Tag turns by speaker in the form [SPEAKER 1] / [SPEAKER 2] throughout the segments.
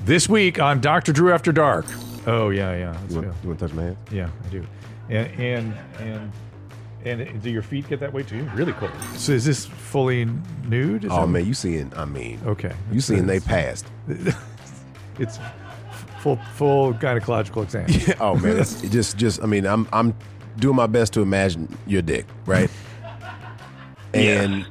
[SPEAKER 1] This week on Dr. Drew After Dark. Oh, yeah, yeah. that's
[SPEAKER 2] You want,
[SPEAKER 1] good.
[SPEAKER 2] you want to touch my hand?
[SPEAKER 1] Yeah, I do. And, and, and, and do your feet get that way too? Really cold. So is this fully nude? Is
[SPEAKER 2] Oh
[SPEAKER 1] that-
[SPEAKER 2] man, you seeing? I mean,
[SPEAKER 1] Okay.
[SPEAKER 2] you seeing they passed?
[SPEAKER 1] It's full, full gynecological exam.
[SPEAKER 2] oh man, it's it just just I mean, I'm I'm doing my best to imagine your dick, right? And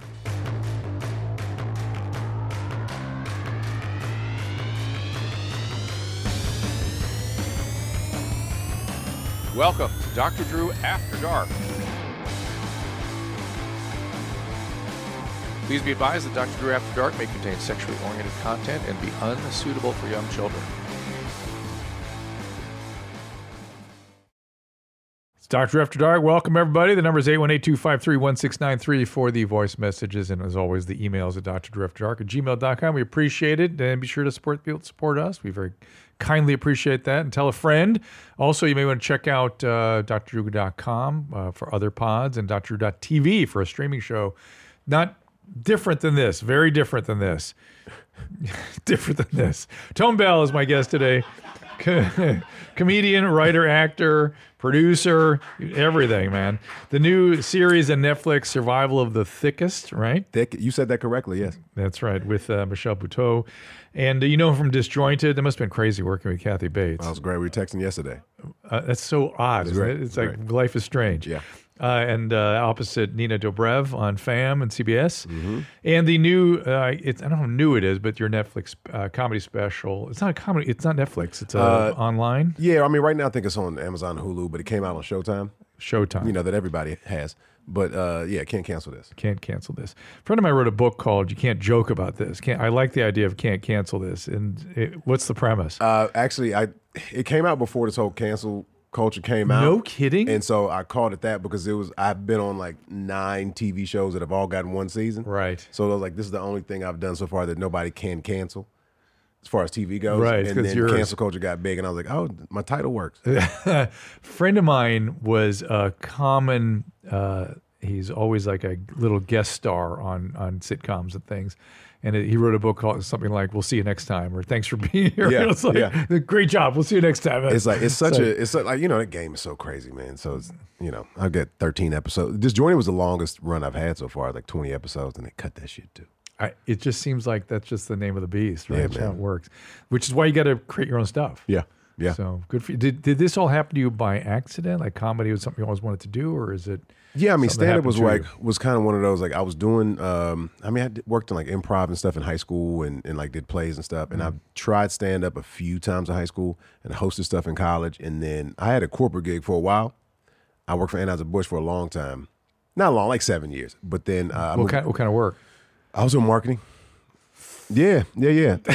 [SPEAKER 3] Welcome to Dr. Drew After Dark. Please be advised that Dr. Drew After Dark may contain sexually oriented content and be unsuitable for young children.
[SPEAKER 1] It's Dr. After Dark. Welcome, everybody. The number is 818 253 1693 for the voice messages. And as always, the emails at drdrafterdark at gmail.com. We appreciate it. And be sure to support people that support us. We very kindly appreciate that. And tell a friend. Also, you may want to check out uh, drdruga.com uh, for other pods and drdrew.tv for a streaming show. Not different than this, very different than this different than this. Tone Bell is my guest today. Co- comedian, writer, actor, producer, everything, man. The new series on Netflix, Survival of the Thickest, right?
[SPEAKER 2] thick, you said that correctly. Yes.
[SPEAKER 1] That's right, with uh, Michelle Buteau. And uh, you know him from Disjointed. That must have been crazy working with Kathy Bates.
[SPEAKER 2] That was great. We were texting yesterday.
[SPEAKER 1] Uh, that's so odd, isn't
[SPEAKER 2] great.
[SPEAKER 1] it? It's
[SPEAKER 2] It was
[SPEAKER 1] like life is strange.
[SPEAKER 2] Yeah.
[SPEAKER 1] Uh, and uh, opposite Nina Dobrev on FAM and CBS,
[SPEAKER 2] Mm-hmm.
[SPEAKER 1] and the new uh, it's I don't know how new it is, but your Netflix uh, comedy special. It's not a comedy. It's not Netflix. It's uh, online
[SPEAKER 2] Yeah, I mean, right now I think it's on Amazon, Hulu, but it came out on Showtime.
[SPEAKER 1] Showtime.
[SPEAKER 2] You know that everybody has, but uh, yeah, can't cancel this.
[SPEAKER 1] can't cancel this. A friend of mine wrote a book called "You Can't Joke About This." Can't I like the idea of "Can't Cancel This"? And it, what's the premise?
[SPEAKER 2] Uh, actually, I it came out before this whole cancel culture came out.
[SPEAKER 1] no kidding.
[SPEAKER 2] And so I called it that because it was I've been on like nine TV shows that have all gotten one season.
[SPEAKER 1] Right.
[SPEAKER 2] So I was like, this is the only thing I've done so far that nobody can cancel, as far as TV goes.
[SPEAKER 1] Right,
[SPEAKER 2] And
[SPEAKER 1] 'cause
[SPEAKER 2] then
[SPEAKER 1] yours-
[SPEAKER 2] cancel culture got big, and I was like, oh, my title works.
[SPEAKER 1] friend of mine was a common uh, he's always like a little guest star on on sitcoms and things and he wrote a book called something like we'll see you next time or thanks for being here
[SPEAKER 2] Yeah,
[SPEAKER 1] it's like
[SPEAKER 2] yeah.
[SPEAKER 1] great job we'll see you next time
[SPEAKER 2] It's like it's such a it's such, like you know that game is so crazy, man. So it's you know I get thirteen episodes. This joint was the longest run I've had so far, like twenty episodes, and they cut that shit too.
[SPEAKER 1] I, it just seems like that's just the name of the beast right
[SPEAKER 2] Yeah,
[SPEAKER 1] That's how it
[SPEAKER 2] man.
[SPEAKER 1] works which is why you got to create your own stuff
[SPEAKER 2] Yeah, yeah.
[SPEAKER 1] so good for you did, did this all happen to you by accident like comedy was something you always wanted to do or is it
[SPEAKER 2] Yeah, I mean,
[SPEAKER 1] something that
[SPEAKER 2] stand up was like
[SPEAKER 1] happened to
[SPEAKER 2] was kind of one of those like I was doing. Um, I mean, I did- worked in like improv and stuff in high school, and, and like did plays and stuff.
[SPEAKER 1] Mm-hmm.
[SPEAKER 2] And I've tried stand up a few times in high school and hosted stuff in college. And then I had a corporate gig for a while. I worked for Anheuser Busch for a long time, not long, like seven years. But then uh, I,
[SPEAKER 1] what
[SPEAKER 2] moved-
[SPEAKER 1] kind, what kind of work
[SPEAKER 2] I was in marketing. Yeah, yeah, yeah.
[SPEAKER 1] do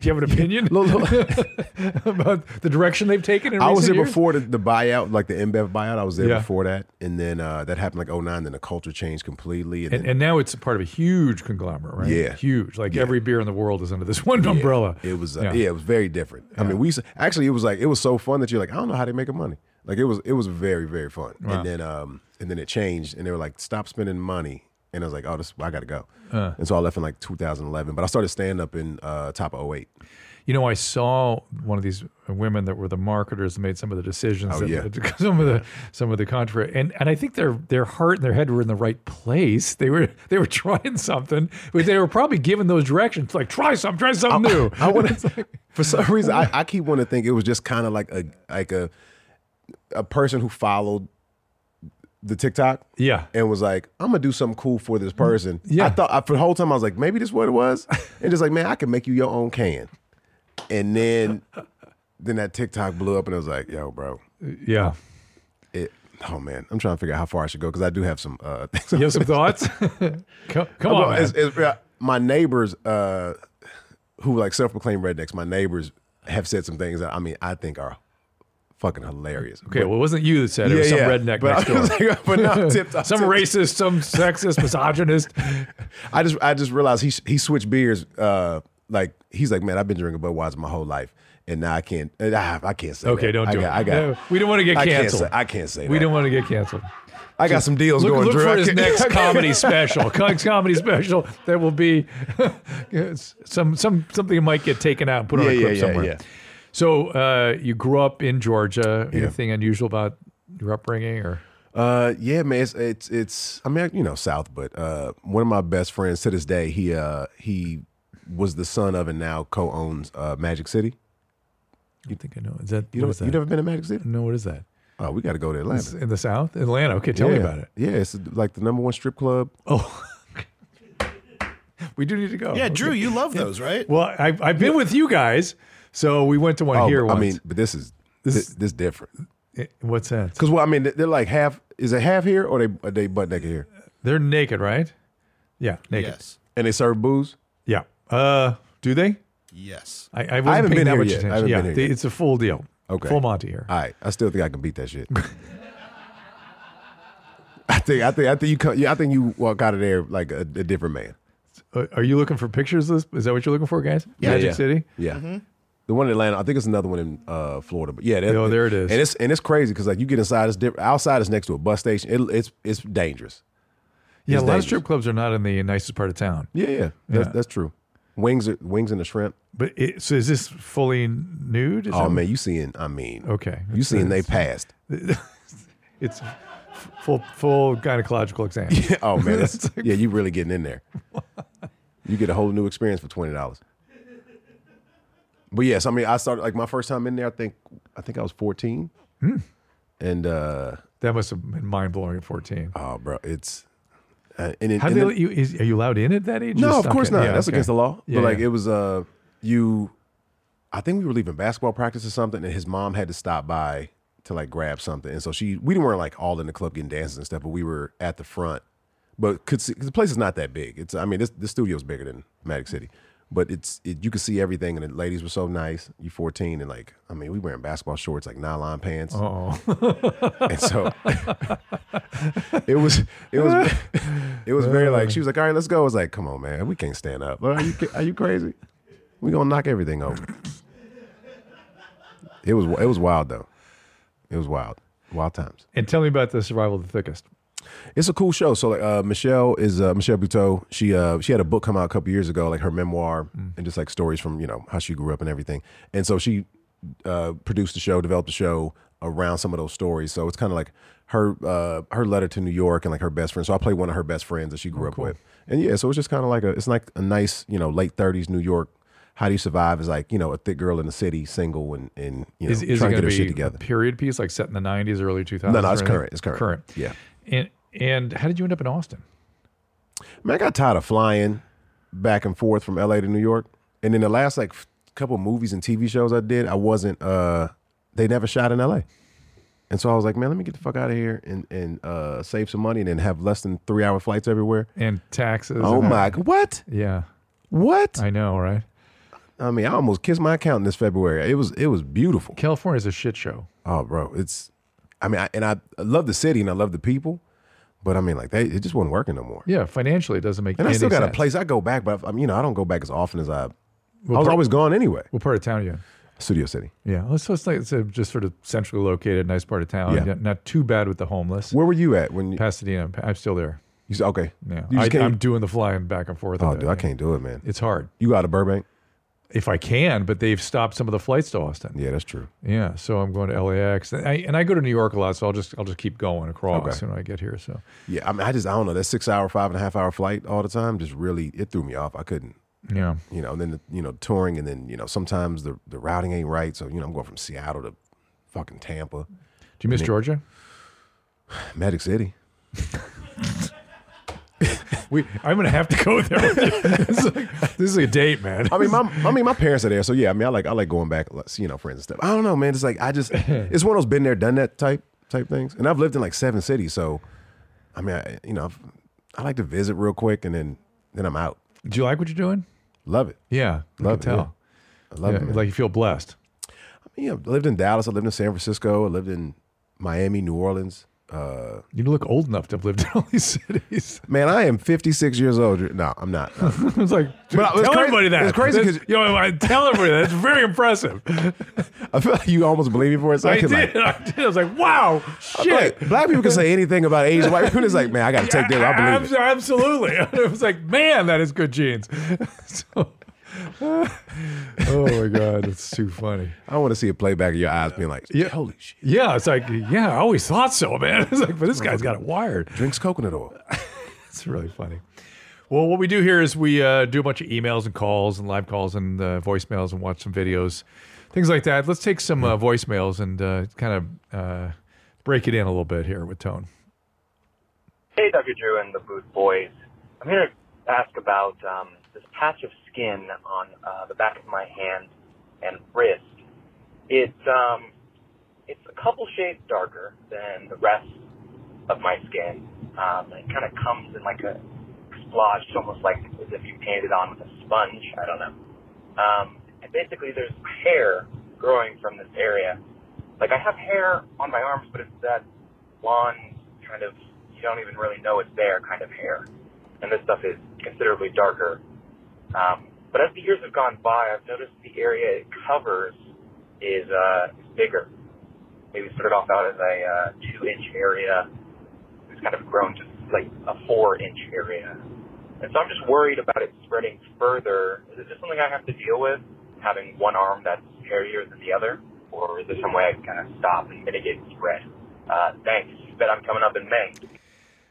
[SPEAKER 1] you have an opinion about the direction they've taken in
[SPEAKER 2] I was
[SPEAKER 1] recent
[SPEAKER 2] there
[SPEAKER 1] years?
[SPEAKER 2] before the, the buyout, like the InBev buyout. I was there
[SPEAKER 1] Yeah.
[SPEAKER 2] before that, and then uh, that happened like 09, Then the culture changed completely, and,
[SPEAKER 1] And,
[SPEAKER 2] then
[SPEAKER 1] and now it's a part of a huge conglomerate, right?
[SPEAKER 2] Yeah.
[SPEAKER 1] Huge. Like every beer in the world is under this one umbrella.
[SPEAKER 2] It was uh,
[SPEAKER 1] Yeah.
[SPEAKER 2] yeah. it was very different. I mean, we s- actually it was like it was so fun that you're like, I don't know how they making money. Like it was it was very very fun. And then um and then it changed and they were like, stop spending money. And I was like, oh, this I gotta go.
[SPEAKER 1] Uh.
[SPEAKER 2] And so I left in like 2011, but I started stand up in uh, top of 08.
[SPEAKER 1] You know, I saw one of these women that were the marketers that made some of the decisions.
[SPEAKER 2] Oh,
[SPEAKER 1] that,
[SPEAKER 2] yeah.
[SPEAKER 1] Some of the some of the contra and and I think their their heart and their head were in the right place. They were they were trying something, but they were probably given those directions like try something, try something new.
[SPEAKER 2] I want to. For some reason, I, I keep wanting to think it was just kind of like a like a a person who followed the TikTok.
[SPEAKER 1] Yeah.
[SPEAKER 2] and was like, I'm gonna do something cool for this person.
[SPEAKER 1] Yeah.
[SPEAKER 2] I thought I, for the whole time I was like, maybe this what it was, and just like, man, I can make you your own can. And then, then that TikTok blew up, and I was like, yo, bro,
[SPEAKER 1] Yeah.
[SPEAKER 2] it. Oh man, I'm trying to figure out how far I should go because I do have some uh, things.
[SPEAKER 1] You have some thoughts? come come on.
[SPEAKER 2] Well,
[SPEAKER 1] man.
[SPEAKER 2] it's- it's- uh, my neighbors, uh, who like self-proclaimed rednecks, my neighbors have said some things that I mean I think are fucking hilarious.
[SPEAKER 1] Okay, well, it wasn't you that said it. it was some redneck
[SPEAKER 2] but
[SPEAKER 1] next
[SPEAKER 2] I
[SPEAKER 1] door.
[SPEAKER 2] was like, but not tipped off
[SPEAKER 1] some
[SPEAKER 2] to-
[SPEAKER 1] racist, some sexist, misogynist.
[SPEAKER 2] I just I just realized he he switched beers uh, like he's like, man, I've been drinking Budweiser my whole life, and now I can't. and I, I can't say.
[SPEAKER 1] Okay,
[SPEAKER 2] that.
[SPEAKER 1] don't
[SPEAKER 2] I
[SPEAKER 1] do
[SPEAKER 2] got,
[SPEAKER 1] it.
[SPEAKER 2] I got.
[SPEAKER 1] No, we don't want to get
[SPEAKER 2] I can't
[SPEAKER 1] canceled.
[SPEAKER 2] say. I can't say.
[SPEAKER 1] we
[SPEAKER 2] that.
[SPEAKER 1] don't want to get canceled.
[SPEAKER 2] I got some deals
[SPEAKER 1] Look,
[SPEAKER 2] going.
[SPEAKER 1] look
[SPEAKER 2] Drew.
[SPEAKER 1] for
[SPEAKER 2] I
[SPEAKER 1] his
[SPEAKER 2] can't-
[SPEAKER 1] next comedy special. Cunk's comedy special that will be some some something might get taken out and put on a
[SPEAKER 2] Yeah,
[SPEAKER 1] clip
[SPEAKER 2] yeah, yeah,
[SPEAKER 1] somewhere.
[SPEAKER 2] yeah.
[SPEAKER 1] So uh, you grew up in Georgia. Anything unusual about your upbringing or
[SPEAKER 2] Uh, yeah, man, it's it's, it's I mean, you know, South, but uh, one of my best friends to this day, he uh he was the son of and now co-owns uh Magic City.
[SPEAKER 1] you think I know? Is that
[SPEAKER 2] You
[SPEAKER 1] what
[SPEAKER 2] know,
[SPEAKER 1] is
[SPEAKER 2] you
[SPEAKER 1] that?
[SPEAKER 2] never been to Magic City?
[SPEAKER 1] no, what is that?
[SPEAKER 2] Oh, we got to go to
[SPEAKER 1] It's
[SPEAKER 2] Atlanta.
[SPEAKER 1] in the South, Atlanta. Okay, tell
[SPEAKER 2] yeah.
[SPEAKER 1] me about it.
[SPEAKER 2] Yeah, it's like the number one strip club.
[SPEAKER 1] Oh, we do need to go.
[SPEAKER 4] Yeah, Drew, you love those, right?
[SPEAKER 1] Well, I, I've been with you guys, so we went to one
[SPEAKER 2] Oh,
[SPEAKER 1] here.
[SPEAKER 2] I
[SPEAKER 1] Once.
[SPEAKER 2] mean, but this is this this, different.
[SPEAKER 1] Eh, what's that?
[SPEAKER 2] Because well, I mean, they're like half. Is it half here or they are they butt naked here?
[SPEAKER 1] They're naked, right? Yeah, naked.
[SPEAKER 4] Yes.
[SPEAKER 2] And they serve booze.
[SPEAKER 1] Yeah. Uh, do they?
[SPEAKER 4] Yes.
[SPEAKER 1] I, I, wasn't
[SPEAKER 2] haven't been
[SPEAKER 1] paying that
[SPEAKER 2] here
[SPEAKER 1] much
[SPEAKER 2] yet. I
[SPEAKER 1] attention.
[SPEAKER 2] haven't
[SPEAKER 1] yeah,
[SPEAKER 2] been here
[SPEAKER 1] they-
[SPEAKER 2] yet.
[SPEAKER 1] it's a full deal.
[SPEAKER 2] Okay.
[SPEAKER 1] Full Monty here.
[SPEAKER 2] All right, I still think I can beat that shit. I think I think I think you come, yeah, I think you walk out of there like a, a different man.
[SPEAKER 1] Uh, are you looking for pictures? Of this? Is that what you're looking for, guys?
[SPEAKER 4] Yeah,
[SPEAKER 1] Magic
[SPEAKER 2] yeah.
[SPEAKER 1] City. Mm-hmm.
[SPEAKER 2] Yeah. The one in Atlanta, I think it's another one in uh, Florida, but yeah, that,
[SPEAKER 1] Oh, there it is.
[SPEAKER 2] and it's and it's crazy because like you get inside, it's different. Outside is next to a bus station. It, it's it's dangerous.
[SPEAKER 1] Yeah,
[SPEAKER 2] It's
[SPEAKER 1] a lot of
[SPEAKER 2] dangerous.
[SPEAKER 1] strip clubs are not in the nicest part of town.
[SPEAKER 2] Yeah, yeah, that's, that's true. Wings, are, wings and the shrimp.
[SPEAKER 1] But it, so is this fully nude? Is
[SPEAKER 2] Oh
[SPEAKER 1] that-
[SPEAKER 2] man, you seeing? I mean,
[SPEAKER 1] Okay.
[SPEAKER 2] you seeing they passed?
[SPEAKER 1] It's f- full full gynecological exam.
[SPEAKER 2] oh man, that's, yeah, you really getting in there. You get a whole new experience for twenty dollars. But yes, I mean, I started like my first time in there. I think I think I was fourteen, and uh,
[SPEAKER 1] Hmm. That must have been mind blowing at 14.
[SPEAKER 2] oh, bro, it's uh, and, it,
[SPEAKER 1] How
[SPEAKER 2] and
[SPEAKER 1] do they
[SPEAKER 2] then-
[SPEAKER 1] let you? Is, are you allowed in at that age?
[SPEAKER 2] no,
[SPEAKER 1] Just-
[SPEAKER 2] of course
[SPEAKER 1] okay,
[SPEAKER 2] not.
[SPEAKER 1] yeah,
[SPEAKER 2] that's
[SPEAKER 1] okay.
[SPEAKER 2] against the law.
[SPEAKER 1] Yeah,
[SPEAKER 2] but like
[SPEAKER 1] yeah.
[SPEAKER 2] it was uh, you, I think we were leaving basketball practice or something, and his mom had to stop by to like grab something, and so she we weren't like all in the club getting dances and stuff, but we were at the front. But could see 'cause the place is not that big. It's I mean this the studio's bigger than Magic City, but it's it, you could see everything, and the ladies were so nice. You fourteen and like I mean we wearing basketball shorts like nylon pants,
[SPEAKER 1] Oh,
[SPEAKER 2] and so it was it was it was very like she was like all right let's go I was like come on man we can't stand up are you, are you crazy we gonna knock everything over it was it was wild though it was wild wild times
[SPEAKER 1] and tell me about the survival of the thickest.
[SPEAKER 2] it's a cool show. So like uh, Michelle is uh, Michelle Buteau. She uh, she had a book come out a couple years ago, like her memoir
[SPEAKER 1] Mm.
[SPEAKER 2] and just like stories from you know how she grew up and everything. And so she uh, produced the show, developed the show around some of those stories. So it's kind of like her uh, her letter to New York and like her best friend. So I play one of her best friends that she
[SPEAKER 1] Oh,
[SPEAKER 2] grew up with. And yeah, so it's just kind of like a it's like a nice you know late thirties New York. How do you survive as like you know a thick girl in the city, single and and you know
[SPEAKER 1] Is, is it
[SPEAKER 2] trying to
[SPEAKER 1] going
[SPEAKER 2] get
[SPEAKER 1] to
[SPEAKER 2] her
[SPEAKER 1] be
[SPEAKER 2] shit
[SPEAKER 1] a
[SPEAKER 2] together?
[SPEAKER 1] period piece like set in the 90s, early 2000s?
[SPEAKER 2] No, no,
[SPEAKER 1] or
[SPEAKER 2] it's
[SPEAKER 1] anything?
[SPEAKER 2] current. It's current.
[SPEAKER 1] Current.
[SPEAKER 2] Yeah.
[SPEAKER 1] And and how did you end up in Austin?
[SPEAKER 2] Man, I got tired of flying back and forth from LA to New York. And in the last like f- couple movies and TV shows I did, I wasn't uh they never shot in LA. And so I was like, man, let me get the fuck out of here and and uh save some money and then have less than 3-hour flights everywhere.
[SPEAKER 1] And taxes.
[SPEAKER 2] oh
[SPEAKER 1] and
[SPEAKER 2] my god. What?
[SPEAKER 1] Yeah,
[SPEAKER 2] What?
[SPEAKER 1] I know, right?
[SPEAKER 2] I mean, I almost kissed my accountant this February. It was it was beautiful.
[SPEAKER 1] California is a shit show.
[SPEAKER 2] Oh, bro, it's I mean, I, and I I love the city and I love the people, but I mean, like they it just wasn't working no more.
[SPEAKER 1] Yeah, financially, it doesn't make
[SPEAKER 2] And I
[SPEAKER 1] any
[SPEAKER 2] still got
[SPEAKER 1] sense.
[SPEAKER 2] a place I go back, but I, I mean, you know, I don't go back as often as I I was
[SPEAKER 1] Well, part-
[SPEAKER 2] always gone anyway.
[SPEAKER 1] What part of town are you in?
[SPEAKER 2] Studio City.
[SPEAKER 1] Yeah, well, so it's like it's a just sort of centrally located, nice part of town.
[SPEAKER 2] Yeah.
[SPEAKER 1] Not- Not too bad with the homeless.
[SPEAKER 2] Where were you at when you,
[SPEAKER 1] Pasadena, I'm still there.
[SPEAKER 2] you said, okay?
[SPEAKER 1] Yeah,
[SPEAKER 2] You
[SPEAKER 1] I,
[SPEAKER 2] just
[SPEAKER 1] I'm
[SPEAKER 2] can't,
[SPEAKER 1] doing the flying back and forth.
[SPEAKER 2] oh,
[SPEAKER 1] of it.
[SPEAKER 2] dude, I can't do it, man.
[SPEAKER 1] It's hard
[SPEAKER 2] You out of Burbank?
[SPEAKER 1] if I can, but they've stopped some of the flights to Austin.
[SPEAKER 2] Yeah, that's true.
[SPEAKER 1] Yeah, so I'm going to LAX, and I, and I go to New York a lot, so I'll just I'll just keep going across
[SPEAKER 2] Okay.
[SPEAKER 1] when I get here. So
[SPEAKER 2] Yeah, I mean, I just I don't know that six hour, five and a half hour flight all the time just really it threw me off. I couldn't,
[SPEAKER 1] yeah,
[SPEAKER 2] you know. And then the, you know touring, and then you know sometimes the the routing ain't right. So you know I'm going from Seattle to fucking Tampa,
[SPEAKER 1] do you miss Georgia?
[SPEAKER 2] Magic City.
[SPEAKER 1] We I'm gonna have to go there. With you. It's like- this is a date, man.
[SPEAKER 2] I mean, my I mean my parents are there, so yeah. I mean, I like I like going back, like, see, you know, friends and stuff. I don't know, man. It's like I just it's one of those been there, done that type type things. And I've lived in like seven cities, so I mean, I, you know, I've, I like to visit real quick, and then then I'm out.
[SPEAKER 1] Do you like what you're doing?
[SPEAKER 2] Love it,
[SPEAKER 1] Yeah, I
[SPEAKER 2] Love
[SPEAKER 1] can
[SPEAKER 2] it,
[SPEAKER 1] tell.
[SPEAKER 2] I love
[SPEAKER 1] Yeah,
[SPEAKER 2] it. Man.
[SPEAKER 1] like you feel blessed.
[SPEAKER 2] I mean, yeah, I lived in Dallas, I lived in San Francisco, I lived in Miami, New Orleans, Uh,
[SPEAKER 1] You look old enough to have lived in all these cities.
[SPEAKER 2] man, I am 56 years old. No, I'm not.
[SPEAKER 1] I was like,
[SPEAKER 2] But it's
[SPEAKER 1] tell
[SPEAKER 2] crazy-
[SPEAKER 1] everybody that.
[SPEAKER 2] it's crazy 'cause-
[SPEAKER 1] That's- you know, I tell everybody that. It's very impressive.
[SPEAKER 2] I feel like you almost believe me for a
[SPEAKER 1] I
[SPEAKER 2] second.
[SPEAKER 1] did.
[SPEAKER 2] like-
[SPEAKER 1] I did. I was like, wow, shit.
[SPEAKER 2] Like, black people can say anything about Asian white people. It's like, man, I got to take this. I believe it.
[SPEAKER 1] Abs- Absolutely. it was like, man, that is good genes. So- oh my god, it's too funny.
[SPEAKER 2] I want to see a playback of your eyes being like, yeah, holy shit.
[SPEAKER 1] Yeah, it's like, yeah, I always thought so, man. It's like, but this guy's got it wired.
[SPEAKER 2] Drinks coconut oil.
[SPEAKER 1] It's really funny. Well, what we do here is we uh, do a bunch of emails and calls and live calls and uh, voicemails and watch some videos, things like that. Let's take some uh, voicemails and uh, kind of uh, break it in a little bit here with Tone.
[SPEAKER 5] Hey, Dr. Drew and the Boot Boys. I'm here to ask about um, this patch of skin on uh, the back of my hand and wrist. It's um, it's a couple shades darker than the rest of my skin. Um, it kind of comes in like a splotch, almost like as if you painted it on with a sponge. I don't know. Um, and basically, there's hair growing from this area. Like I have hair on my arms, but it's that blonde kind of you don't even really know it's there kind of hair. And this stuff is considerably darker. Um, but as the years have gone by, I've noticed the area it covers is uh, is bigger. Maybe it started off out as a uh, two-inch area. It's kind of grown to like a four-inch area. And so I'm just worried about it spreading further. Is it just something I have to deal with, having one arm that's hairier than the other? Or is there some way I can kind of stop and mitigate the spread? Uh, thanks. Bet I'm coming up in May.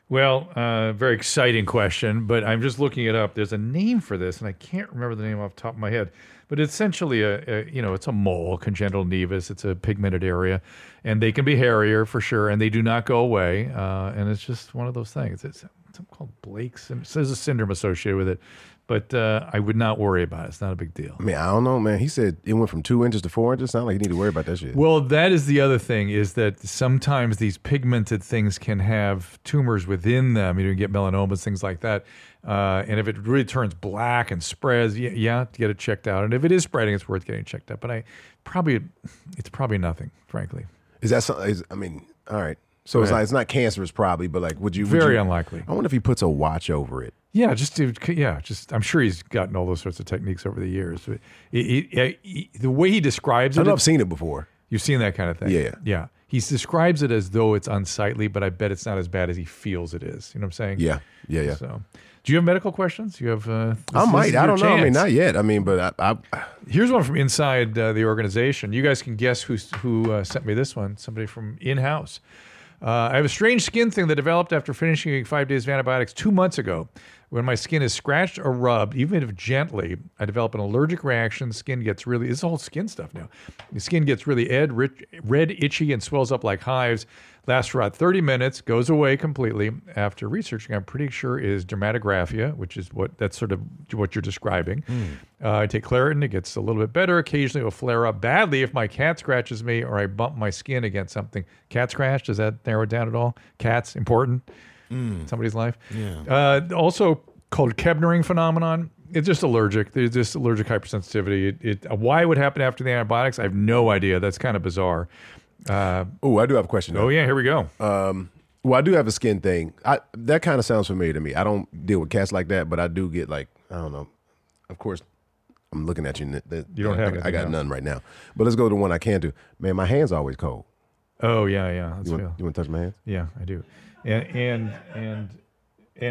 [SPEAKER 1] Well, uh, very exciting question, but I'm just looking it up. There's a name for this, and I can't remember the name off the top of my head. But it's essentially a, a you know, it's a mole, congenital nevus. It's a pigmented area, and they can be hairier for sure, and they do not go away. Uh, and it's just one of those things. It's something called Blake's. syn- so There's a syndrome associated with it, but uh, I would not worry about it. It's not a big deal.
[SPEAKER 2] I mean, I don't know, man. He said it went from two inches to four inches. Sound like you need to worry about that shit.
[SPEAKER 1] Well, that is the other thing is that sometimes these pigmented things can have tumors within them. You know, you get melanomas, things like that. Uh, and if it really turns black and spreads, yeah, yeah, get it checked out. And if it is spreading, it's worth getting checked out. But I probably, it's probably nothing, frankly.
[SPEAKER 2] Is that something? Is, I mean, all right. So
[SPEAKER 1] Go
[SPEAKER 2] it's
[SPEAKER 1] ahead.
[SPEAKER 2] like it's not cancerous, probably, but like, would you? would
[SPEAKER 1] Very
[SPEAKER 2] you-
[SPEAKER 1] unlikely.
[SPEAKER 2] I wonder if he puts a watch over it.
[SPEAKER 1] Yeah, just to, yeah, just I'm sure he's gotten all those sorts of techniques over the years. But it, it, it, the way he describes
[SPEAKER 2] I
[SPEAKER 1] it,
[SPEAKER 2] know
[SPEAKER 1] it
[SPEAKER 2] I've seen it before.
[SPEAKER 1] You've seen that kind of thing.
[SPEAKER 2] Yeah.
[SPEAKER 1] Yeah. He describes it as though it's unsightly, but I bet it's not as bad as he feels it is. You know what I'm saying?
[SPEAKER 2] Yeah, yeah, yeah.
[SPEAKER 1] So, do you have medical questions? You have. Uh, this-
[SPEAKER 2] I
[SPEAKER 1] this is
[SPEAKER 2] might. I
[SPEAKER 1] your
[SPEAKER 2] don't know. I mean,
[SPEAKER 1] chance.
[SPEAKER 2] not yet. I mean, but I, I
[SPEAKER 1] Here's one from inside uh, the organization. You guys can guess who's, who uh, sent me this one. Somebody from in house. Uh, I have a strange skin thing that developed after finishing five days of antibiotics two months ago. When my skin is scratched or rubbed, even if gently, I develop an allergic reaction. Skin gets really, this is all skin stuff now. The skin gets really ed, rich, red, itchy, and swells up like hives. Lasts for about 30 minutes, goes away completely. After researching, I'm pretty sure is dermatographia, which is what that's sort of what you're describing. Uh, I take Claritin, it gets a little bit better. Occasionally, it will flare up badly if my cat scratches me or I bump my skin against something. Cat scratch, does that narrow it down at all? Cats, important in somebody's life. Uh, also called Kebnering phenomenon. It's just allergic. There's just allergic hypersensitivity. It, it, why it would happen after the antibiotics, I have no idea. That's kind of bizarre. Uh,
[SPEAKER 2] oh, I do have a question. Though.
[SPEAKER 1] Oh, yeah, here we go.
[SPEAKER 2] Um, Well, I do have a skin thing. I that kind of sounds familiar to me. I don't deal with cats like that, but I do get like I don't know. Of course, I'm looking at you. n- th-
[SPEAKER 1] You don't have
[SPEAKER 2] I, I
[SPEAKER 1] anything
[SPEAKER 2] got
[SPEAKER 1] else.
[SPEAKER 2] none right now. But let's go to one I can do. Man, my hands always cold.
[SPEAKER 1] oh, yeah, yeah. That's
[SPEAKER 2] You
[SPEAKER 1] real.
[SPEAKER 2] want, you want to touch my hands?
[SPEAKER 1] Yeah, I do. And, and, and,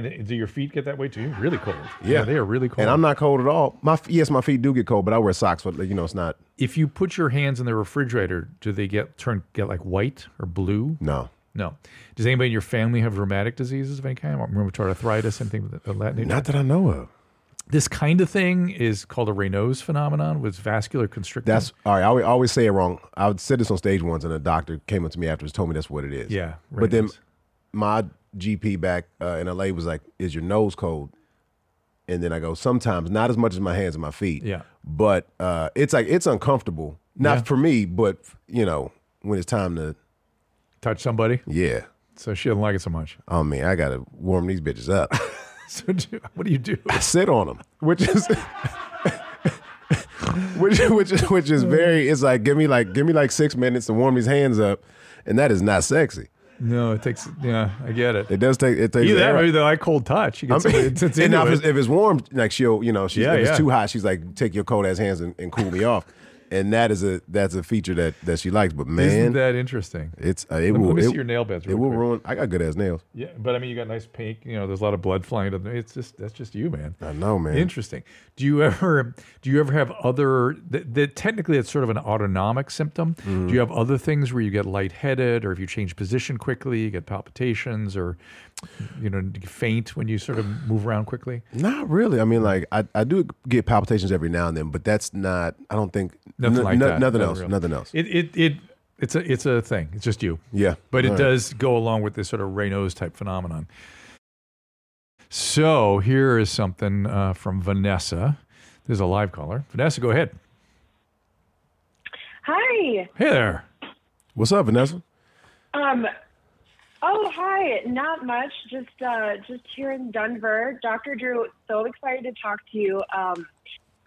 [SPEAKER 1] and do your feet get that way too? Really cold. they are really cold.
[SPEAKER 2] And I'm not cold at all. My f- yes, my feet do get cold, but I wear socks. But you know, it's not.
[SPEAKER 1] if you put your hands in the refrigerator, do they get turn get like white or blue?
[SPEAKER 2] No,
[SPEAKER 1] No. Does anybody in your family have rheumatic diseases of any kind? Rheumatoid arthritis, anything with the Latin?
[SPEAKER 2] not that I know of.
[SPEAKER 1] This kind of thing is called a Raynaud's phenomenon, with vascular constriction.
[SPEAKER 2] That's all right. I always, always say it wrong. I would said this on stage once, and a doctor came up to me afterwards, told me that's what it is.
[SPEAKER 1] Yeah,
[SPEAKER 2] But then
[SPEAKER 1] radios.
[SPEAKER 2] my GP back uh, in LA was like, "Is your nose cold?" And then I go, "Sometimes, not as much as my hands and my feet.
[SPEAKER 1] Yeah.
[SPEAKER 2] But uh, it's like it's uncomfortable, not for me, but you know, when it's time to,
[SPEAKER 1] touch somebody,
[SPEAKER 2] yeah.
[SPEAKER 1] so she doesn't like it so much.
[SPEAKER 2] Oh man, I gotta warm these bitches up.
[SPEAKER 1] So do, what do you do?
[SPEAKER 2] sit on them, which is which which is which is very. It's like give me like give me like six minutes to warm these hands up, and that is not sexy.
[SPEAKER 1] No, it takes. Yeah, I get it.
[SPEAKER 2] It does take it takes
[SPEAKER 1] Either that,
[SPEAKER 2] air
[SPEAKER 1] or
[SPEAKER 2] out.
[SPEAKER 1] maybe they like cold touch. You
[SPEAKER 2] I
[SPEAKER 1] get
[SPEAKER 2] mean,
[SPEAKER 1] somebody that's into
[SPEAKER 2] and now if
[SPEAKER 1] it.
[SPEAKER 2] it's, if it's warm, like she'll, you know, she's,
[SPEAKER 1] Yeah,
[SPEAKER 2] if it's
[SPEAKER 1] yeah.
[SPEAKER 2] too hot, she's like, take your cold ass hands and, and cool me off. And that is a that's a feature that that she likes. But
[SPEAKER 1] Isn't
[SPEAKER 2] man,
[SPEAKER 1] that interesting?
[SPEAKER 2] it's uh, it
[SPEAKER 1] Let me-
[SPEAKER 2] will
[SPEAKER 1] let me
[SPEAKER 2] it,
[SPEAKER 1] see your nail beds
[SPEAKER 2] It
[SPEAKER 1] real
[SPEAKER 2] will
[SPEAKER 1] quick.
[SPEAKER 2] ruin. I got good ass nails.
[SPEAKER 1] Yeah, but I mean, you got nice pink. You know, there's a lot of blood flying. down there. It's just that's just you, man.
[SPEAKER 2] I know, man.
[SPEAKER 1] Interesting. Do you ever do you ever have other that that technically it's sort of an autonomic symptom?
[SPEAKER 2] Mm-hmm.
[SPEAKER 1] Do you have other things where you get lightheaded, or if you change position quickly, you get palpitations, or you know, you faint when you sort of move around quickly?
[SPEAKER 2] Not really. I mean, like I, I do get palpitations every now and then, but that's not. I don't think
[SPEAKER 1] Nothing
[SPEAKER 2] no-
[SPEAKER 1] like
[SPEAKER 2] no-
[SPEAKER 1] that.
[SPEAKER 2] Nothing
[SPEAKER 1] Nothing
[SPEAKER 2] else.
[SPEAKER 1] real.
[SPEAKER 2] Nothing else.
[SPEAKER 1] It it it it's a it's a thing. It's just you.
[SPEAKER 2] Yeah,
[SPEAKER 1] but it
[SPEAKER 2] All right.
[SPEAKER 1] does go along with this sort of Raynaud's type phenomenon. So here is something uh, from Vanessa. This is a live caller. Vanessa, go ahead.
[SPEAKER 6] Hi.
[SPEAKER 1] Hey there.
[SPEAKER 2] What's up, Vanessa?
[SPEAKER 6] Um. Oh, hi. Not much. Just, uh, just here in Denver. Doctor Drew, so excited to talk to you. Um,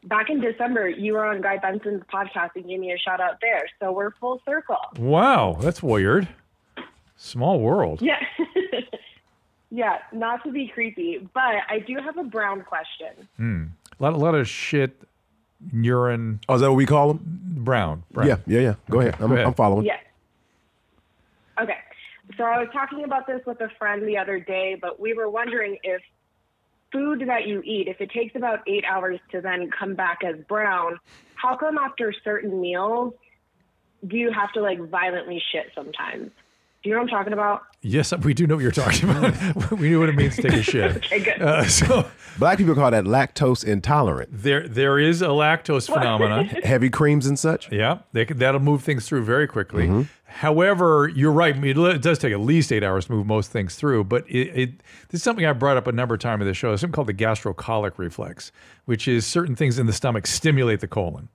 [SPEAKER 6] back in December, you were on Guy Benson's podcast and gave me a shout out there. So we're full circle.
[SPEAKER 1] Wow, that's weird. Small world.
[SPEAKER 6] Yeah. yeah. Not to be creepy, but I do have a brown question.
[SPEAKER 1] Hmm. A lot, a lot of shit, urine,
[SPEAKER 2] Oh, is that what we call them?
[SPEAKER 1] brown. brown.
[SPEAKER 2] Yeah, yeah, yeah. Go ahead. I'm,
[SPEAKER 1] go ahead.
[SPEAKER 2] I'm following.
[SPEAKER 6] Yes. Okay. So I was talking about this with a friend the other day, but we were wondering if food that you eat, if it takes about eight hours to then come back as brown, how come after certain meals do you have to like violently shit sometimes? Do you know what I'm talking about?
[SPEAKER 1] Yes, we do know what you're talking about. we know what it means to take a shit.
[SPEAKER 6] good.
[SPEAKER 1] Uh, so
[SPEAKER 2] Black people call that lactose intolerant.
[SPEAKER 1] there, there is a lactose phenomenon.
[SPEAKER 2] Heavy creams and such.
[SPEAKER 1] Yeah, they could, that'll move things through very quickly.
[SPEAKER 2] Mm-hmm.
[SPEAKER 1] However, you're right. It li- it does take at least eight hours to move most things through. But it, it this is something I brought up a number of times in the show. It's something called the gastrocolic reflex, which is certain things in the stomach stimulate the colon.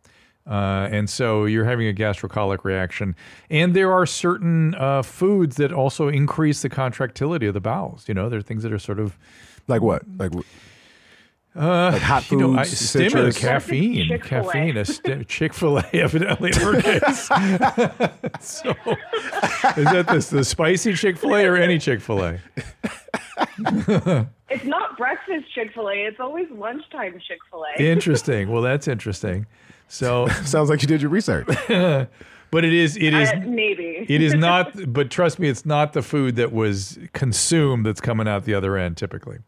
[SPEAKER 1] Uh, and so you're having a gastrocolic reaction. And there are certain uh, foods that also increase the contractility of the bowels. You know, there are things that are sort of
[SPEAKER 2] Like what? Like, wh- like hot
[SPEAKER 1] Uh, you
[SPEAKER 2] foods,
[SPEAKER 1] know, I,
[SPEAKER 2] citrus?
[SPEAKER 1] stimulus, caffeine,
[SPEAKER 6] Chick-fil-A.
[SPEAKER 1] caffeine, a sti- Chick Fil A, evidently in her case. so, is that this the spicy Chick Fil A or any Chick Fil A?
[SPEAKER 6] It's not breakfast Chick fil A, it's always lunchtime Chick fil A.
[SPEAKER 1] Interesting. Well, that's interesting. So,
[SPEAKER 2] Sounds like you did your research.
[SPEAKER 1] but it is, it is,
[SPEAKER 6] Uh, maybe.
[SPEAKER 1] it is not. But trust me, it's not the food that was consumed that's coming out the other end. Typically,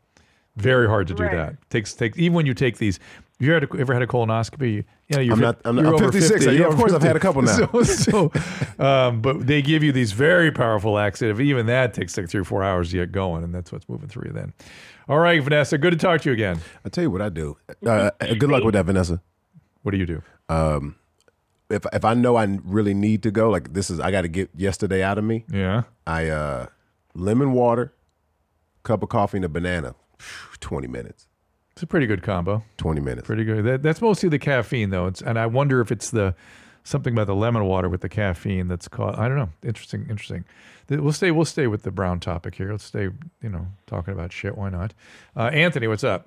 [SPEAKER 1] very hard to do
[SPEAKER 6] Right.
[SPEAKER 1] that. Takes takes even when you take these. Have you ever had a, ever had a colonoscopy? You, you know, you're
[SPEAKER 2] I'm
[SPEAKER 1] fif-
[SPEAKER 2] not- I'm not-
[SPEAKER 1] you're
[SPEAKER 2] I'm
[SPEAKER 1] over
[SPEAKER 2] 56.
[SPEAKER 1] 50,
[SPEAKER 2] Yeah,
[SPEAKER 1] you're
[SPEAKER 2] of
[SPEAKER 1] over
[SPEAKER 2] course I've had a couple now.
[SPEAKER 1] So, so um, but they give you these very powerful laxative. Even that takes like three or four hours to get going, and that's what's moving through you then. All right, Vanessa, good to talk to you again.
[SPEAKER 2] I tell you what I do. Uh, good luck with that, Vanessa. Um,
[SPEAKER 1] What do you do?
[SPEAKER 2] If if I know I really need to go, like this is I got to get yesterday out of me.
[SPEAKER 1] Yeah.
[SPEAKER 2] I uh, lemon water, cup of coffee, and a banana. Twenty minutes.
[SPEAKER 1] It's a pretty good combo.
[SPEAKER 2] Twenty minutes.
[SPEAKER 1] Pretty good. That, that's mostly the caffeine, though. It's, and I wonder if it's the something about the lemon water with the caffeine that's caught. I don't know. Interesting. Interesting. Th- We'll stay. We'll stay with the brown topic here. Let's stay. You know, talking about shit. Why not? Uh, Anthony, what's up?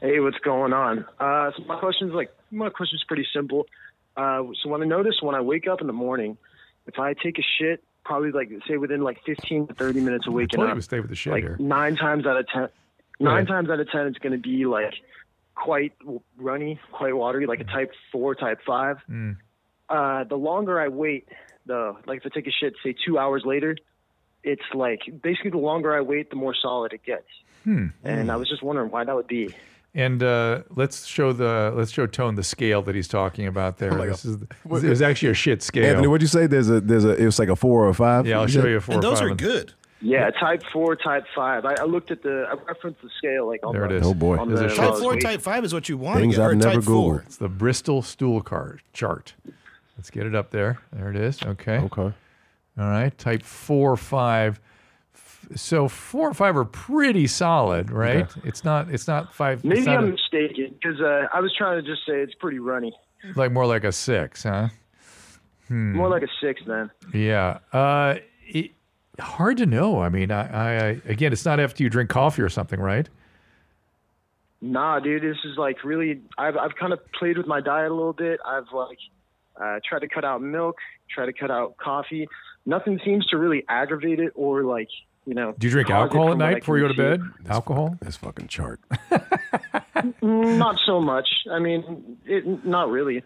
[SPEAKER 7] Hey, what's going on? Uh, so my question's like my question's pretty simple. Uh, so what I notice when I wake up in the morning, if I take a shit, probably like say within like 15 to 30 minutes of waking
[SPEAKER 1] Told you
[SPEAKER 7] up,
[SPEAKER 1] to stay with the shit
[SPEAKER 7] like
[SPEAKER 1] here.
[SPEAKER 7] nine times out of ten,
[SPEAKER 1] ahead.
[SPEAKER 7] nine times out of ten, it's going to be like quite w- runny, quite watery, like a type four, type five. Uh, the longer I wait, the like if I take a shit, say two hours later, it's like basically the longer I wait, the more solid it gets.
[SPEAKER 1] Hmm.
[SPEAKER 7] And I was just wondering why that would be.
[SPEAKER 1] And uh, let's show the let's show tone the scale that he's talking about
[SPEAKER 2] Oh
[SPEAKER 1] there. this is there's actually a shit scale.
[SPEAKER 2] Anthony, what'd you say? There's a there's a it was like a four or a five.
[SPEAKER 1] yeah, I'll show you a four.
[SPEAKER 4] and
[SPEAKER 1] or
[SPEAKER 4] those
[SPEAKER 1] five
[SPEAKER 4] are
[SPEAKER 1] and-
[SPEAKER 4] good.
[SPEAKER 7] Yeah, type four, type five. I, I looked at the, I referenced the scale like on
[SPEAKER 1] There
[SPEAKER 7] the,
[SPEAKER 1] it is.
[SPEAKER 2] Oh, boy.
[SPEAKER 7] on
[SPEAKER 1] There's a
[SPEAKER 7] the-
[SPEAKER 4] Type
[SPEAKER 7] uh,
[SPEAKER 4] four,
[SPEAKER 7] wait.
[SPEAKER 4] type five is what you want. to
[SPEAKER 2] Things
[SPEAKER 4] get,
[SPEAKER 2] I've
[SPEAKER 4] or
[SPEAKER 2] never
[SPEAKER 4] type four.
[SPEAKER 1] It's the Bristol stool card chart. Let's get it up there. There it is. Okay.
[SPEAKER 2] Okay.
[SPEAKER 1] All right, type four, five. F- So four and five are pretty solid, right? It's not. It's not five.
[SPEAKER 7] Maybe
[SPEAKER 1] it's not
[SPEAKER 7] I'm
[SPEAKER 1] a-
[SPEAKER 7] mistaken because uh, I was trying to just say it's pretty runny.
[SPEAKER 1] like more like a six, huh? Hmm.
[SPEAKER 7] More like a six then.
[SPEAKER 1] Yeah. Uh, it, hard to know. I mean, I, I, I again, it's not after you drink coffee or something, right?
[SPEAKER 7] Nah, dude, this is like really. I've I've kind of played with my diet a little bit. I've like uh, tried to cut out milk, tried to cut out coffee. Nothing seems to really aggravate it or like you know.
[SPEAKER 1] Do you drink
[SPEAKER 7] cause it
[SPEAKER 1] alcohol at
[SPEAKER 7] from what I
[SPEAKER 1] night before you go
[SPEAKER 7] can
[SPEAKER 1] to
[SPEAKER 7] see.
[SPEAKER 1] bed? Alcohol?
[SPEAKER 2] This fucking chart.
[SPEAKER 7] Mm, Not so much. I mean, it, not really.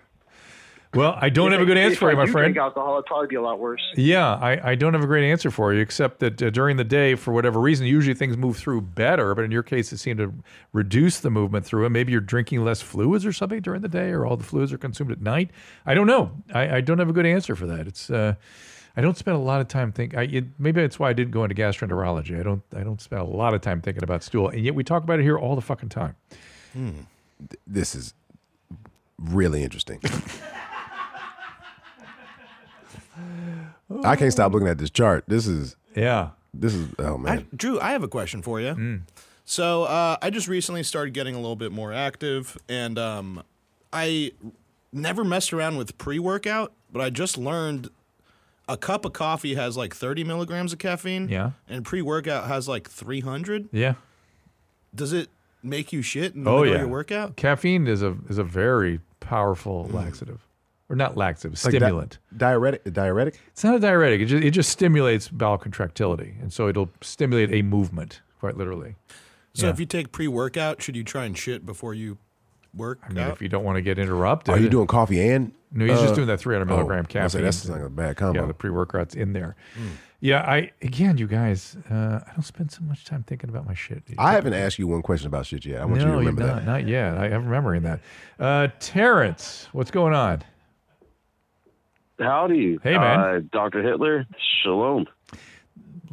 [SPEAKER 1] Well, I don't have a good answer for you, my
[SPEAKER 7] do
[SPEAKER 1] friend.
[SPEAKER 7] Drink alcohol, it'd probably be a lot worse.
[SPEAKER 1] Yeah, I, I don't have a great answer for you, except that uh, during the day, for whatever reason, usually things move through better. But in your case, it seemed to reduce the movement through it. Maybe you're drinking less fluids or something during the day, or all the fluids are consumed at night. I don't know. I, I don't have a good answer for that. It's uh, I don't spend a lot of time thinking. I, it, maybe that's why I didn't go into gastroenterology. I don't I don't spend a lot of time thinking about stool, and yet we talk about it here all the fucking time.
[SPEAKER 2] Hmm. This is really interesting. I can't stop looking at this chart. This is
[SPEAKER 1] Yeah.
[SPEAKER 2] this is oh
[SPEAKER 4] I,
[SPEAKER 2] man.
[SPEAKER 4] Drew, I have a question for you.
[SPEAKER 1] Mm.
[SPEAKER 4] So uh, I just recently started getting a little bit more active, and um, I never messed around with pre-workout, but I just learned a cup of coffee has like 30 milligrams of caffeine.
[SPEAKER 1] Yeah.
[SPEAKER 4] And pre-workout has like 300.
[SPEAKER 1] Yeah.
[SPEAKER 4] Does it make you shit in the
[SPEAKER 1] Oh,
[SPEAKER 4] middle
[SPEAKER 1] yeah.
[SPEAKER 4] of your workout?
[SPEAKER 1] Caffeine is a is a very powerful laxative, or not laxative,
[SPEAKER 2] Mm. Like di-
[SPEAKER 1] stimulant.
[SPEAKER 2] diuretic diuretic?
[SPEAKER 1] It's not a diuretic. It just, it just stimulates bowel contractility, and so it'll stimulate a movement, quite literally.
[SPEAKER 4] So
[SPEAKER 1] Yeah.
[SPEAKER 4] if you take pre-workout, should you try and shit before you work
[SPEAKER 1] I mean,
[SPEAKER 4] out?
[SPEAKER 1] if you don't want to get interrupted,
[SPEAKER 2] Are you doing coffee and
[SPEAKER 1] No, he's just
[SPEAKER 2] uh,
[SPEAKER 1] doing that 300
[SPEAKER 2] oh,
[SPEAKER 1] milligram
[SPEAKER 2] I was
[SPEAKER 1] caffeine.
[SPEAKER 2] like, that's like a bad
[SPEAKER 1] yeah,
[SPEAKER 2] combo.
[SPEAKER 1] the pre-workout's in there. Yeah, I again, you guys, uh, I don't spend so much time thinking about my shit.
[SPEAKER 2] I haven't asked you one question about shit yet. I want you to
[SPEAKER 1] no, are
[SPEAKER 2] remember
[SPEAKER 1] not.
[SPEAKER 2] that.
[SPEAKER 1] Not yet. I, I'm remembering that. Uh, Terrence, what's going on?
[SPEAKER 8] Howdy.
[SPEAKER 1] Hey, man.
[SPEAKER 8] Uh, Dr. Hitler, shalom.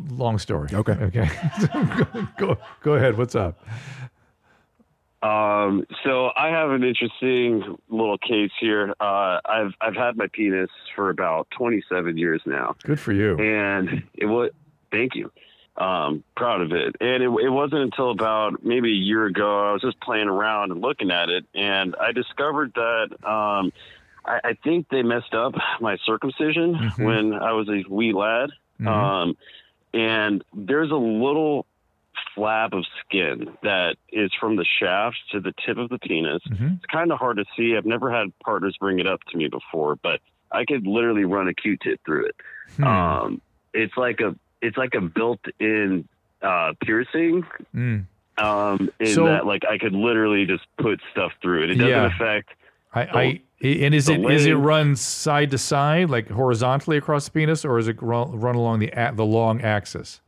[SPEAKER 1] Long story.
[SPEAKER 2] Okay.
[SPEAKER 1] Okay. go, go, go ahead. What's up?
[SPEAKER 8] Um, so I have an interesting little case here. Uh, I've, I've had my penis for about 27 years now.
[SPEAKER 1] Good for you.
[SPEAKER 8] and it was thank you um proud of it and it, it wasn't until about maybe a year ago i was just playing around and looking at it and i discovered that um i, I think they messed up my circumcision
[SPEAKER 1] Mhm.
[SPEAKER 8] when i was a wee lad
[SPEAKER 1] Mhm.
[SPEAKER 8] um and there's a little flap of skin that is from the shaft to the tip of the penis
[SPEAKER 1] Mhm.
[SPEAKER 8] it's kind of hard to see i've never had partners bring it up to me before but i could literally run a q-tip through it
[SPEAKER 1] Hmm.
[SPEAKER 8] um, it's like a it's like a built-in uh, piercing.
[SPEAKER 1] Mm.
[SPEAKER 8] Um, in
[SPEAKER 1] So-
[SPEAKER 8] that, like, I could literally just put stuff through it. It doesn't
[SPEAKER 1] Yeah.
[SPEAKER 8] affect.
[SPEAKER 1] I, I and is
[SPEAKER 8] the
[SPEAKER 1] it is it
[SPEAKER 8] leg-
[SPEAKER 1] run side to side like horizontally across the penis, or is it run, run along the a- the long axis?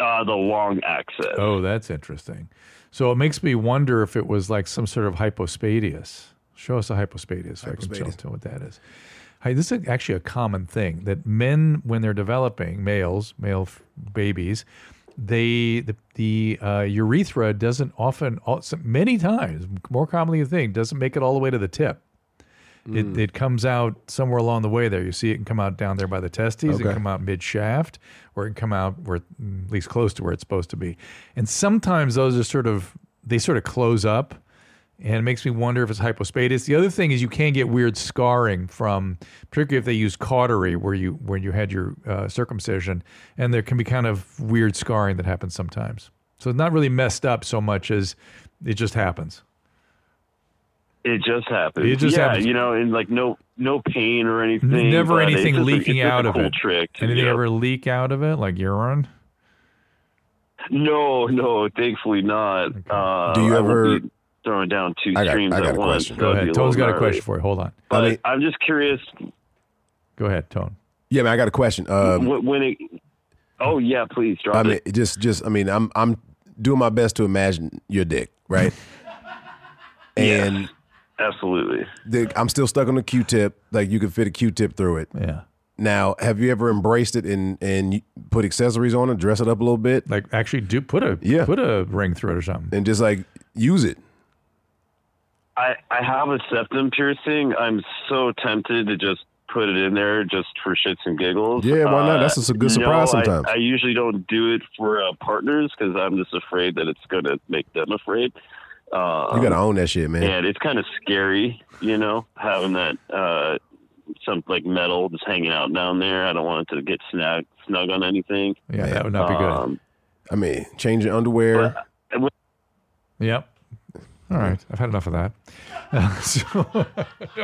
[SPEAKER 8] Uh, the long access.
[SPEAKER 1] Oh, that's interesting. So it makes me wonder if it was like some sort of hypospadias. Show us a hypospadias so I can tell,
[SPEAKER 2] Hypospadias.
[SPEAKER 1] tell what that is. Hey, this is actually a common thing that men, when they're developing males, male f- babies, they the, the uh, urethra doesn't often, al- so- many times, more commonly a thing, doesn't make it all the way to the tip. It, it comes out somewhere along the way there. You see it can come out down there by the testes. It
[SPEAKER 2] Okay.
[SPEAKER 1] can come out mid shaft, or it can come out where mm, at least close to where it's supposed to be. And sometimes those are sort of they sort of close up, and it makes me wonder if it's hypospadias. The other thing is you can get weird scarring from, particularly if they use cautery where you when you had your uh, circumcision, and there can be kind of weird scarring that happens sometimes. So it's not really messed up so much as it just happens.
[SPEAKER 8] It just happens.
[SPEAKER 1] It just
[SPEAKER 8] yeah,
[SPEAKER 1] happens.
[SPEAKER 8] you know, and like no no pain or anything.
[SPEAKER 1] Never
[SPEAKER 8] but it's
[SPEAKER 1] anything
[SPEAKER 8] just a-
[SPEAKER 1] leaking
[SPEAKER 8] it's just
[SPEAKER 1] out
[SPEAKER 8] a
[SPEAKER 1] of
[SPEAKER 8] cool
[SPEAKER 1] it.
[SPEAKER 8] Trick. to-
[SPEAKER 1] Anything
[SPEAKER 8] yeah.
[SPEAKER 1] ever leak out of it, like urine?
[SPEAKER 8] No, no, thankfully not. Uh,
[SPEAKER 2] Do you
[SPEAKER 8] I won't
[SPEAKER 2] ever-
[SPEAKER 8] be throwing down two
[SPEAKER 2] I got-
[SPEAKER 8] streams
[SPEAKER 2] I got
[SPEAKER 8] at
[SPEAKER 2] a
[SPEAKER 8] once?
[SPEAKER 2] question.
[SPEAKER 1] Go
[SPEAKER 8] That'd be
[SPEAKER 1] ahead.
[SPEAKER 8] little
[SPEAKER 1] Tone's got a
[SPEAKER 8] gnarly.
[SPEAKER 1] question for you. Hold on.
[SPEAKER 8] But
[SPEAKER 2] I mean-
[SPEAKER 8] I'm just curious
[SPEAKER 1] Go ahead, Tone.
[SPEAKER 2] Yeah, man, I got a question. Um,
[SPEAKER 8] wh- when it. Oh yeah, please drop
[SPEAKER 2] I mean,
[SPEAKER 8] it.
[SPEAKER 2] just, just, I mean, I'm, I'm doing my best to imagine your dick, right? and
[SPEAKER 8] Absolutely.
[SPEAKER 2] the, I'm still stuck on the Q-tip. Like you could fit a Q-tip through it.
[SPEAKER 1] Yeah.
[SPEAKER 2] Now, have you ever embraced it and and you put accessories on it, dress it up a little bit,
[SPEAKER 1] Like actually do put a
[SPEAKER 2] Yeah.
[SPEAKER 1] put a ring through it or something.
[SPEAKER 2] and just like use it?
[SPEAKER 8] I, I have a septum piercing. I'm so tempted to just put it in there just for shits and giggles. Uh,
[SPEAKER 2] Yeah, why not? That's a good surprise
[SPEAKER 8] no, I-
[SPEAKER 2] sometimes.
[SPEAKER 8] I, usually don't do it for uh, partners because I'm just afraid that it's going to make them afraid. Um,
[SPEAKER 2] you gotta own that shit, man.
[SPEAKER 8] and it's kind of scary, you know, having that uh, some like metal just hanging out down there. I don't want it to get snug snug on anything.
[SPEAKER 1] Yeah, that would not be good.
[SPEAKER 8] Um,
[SPEAKER 2] I mean, change your underwear.
[SPEAKER 1] Yep. All right. I've had enough of that. so,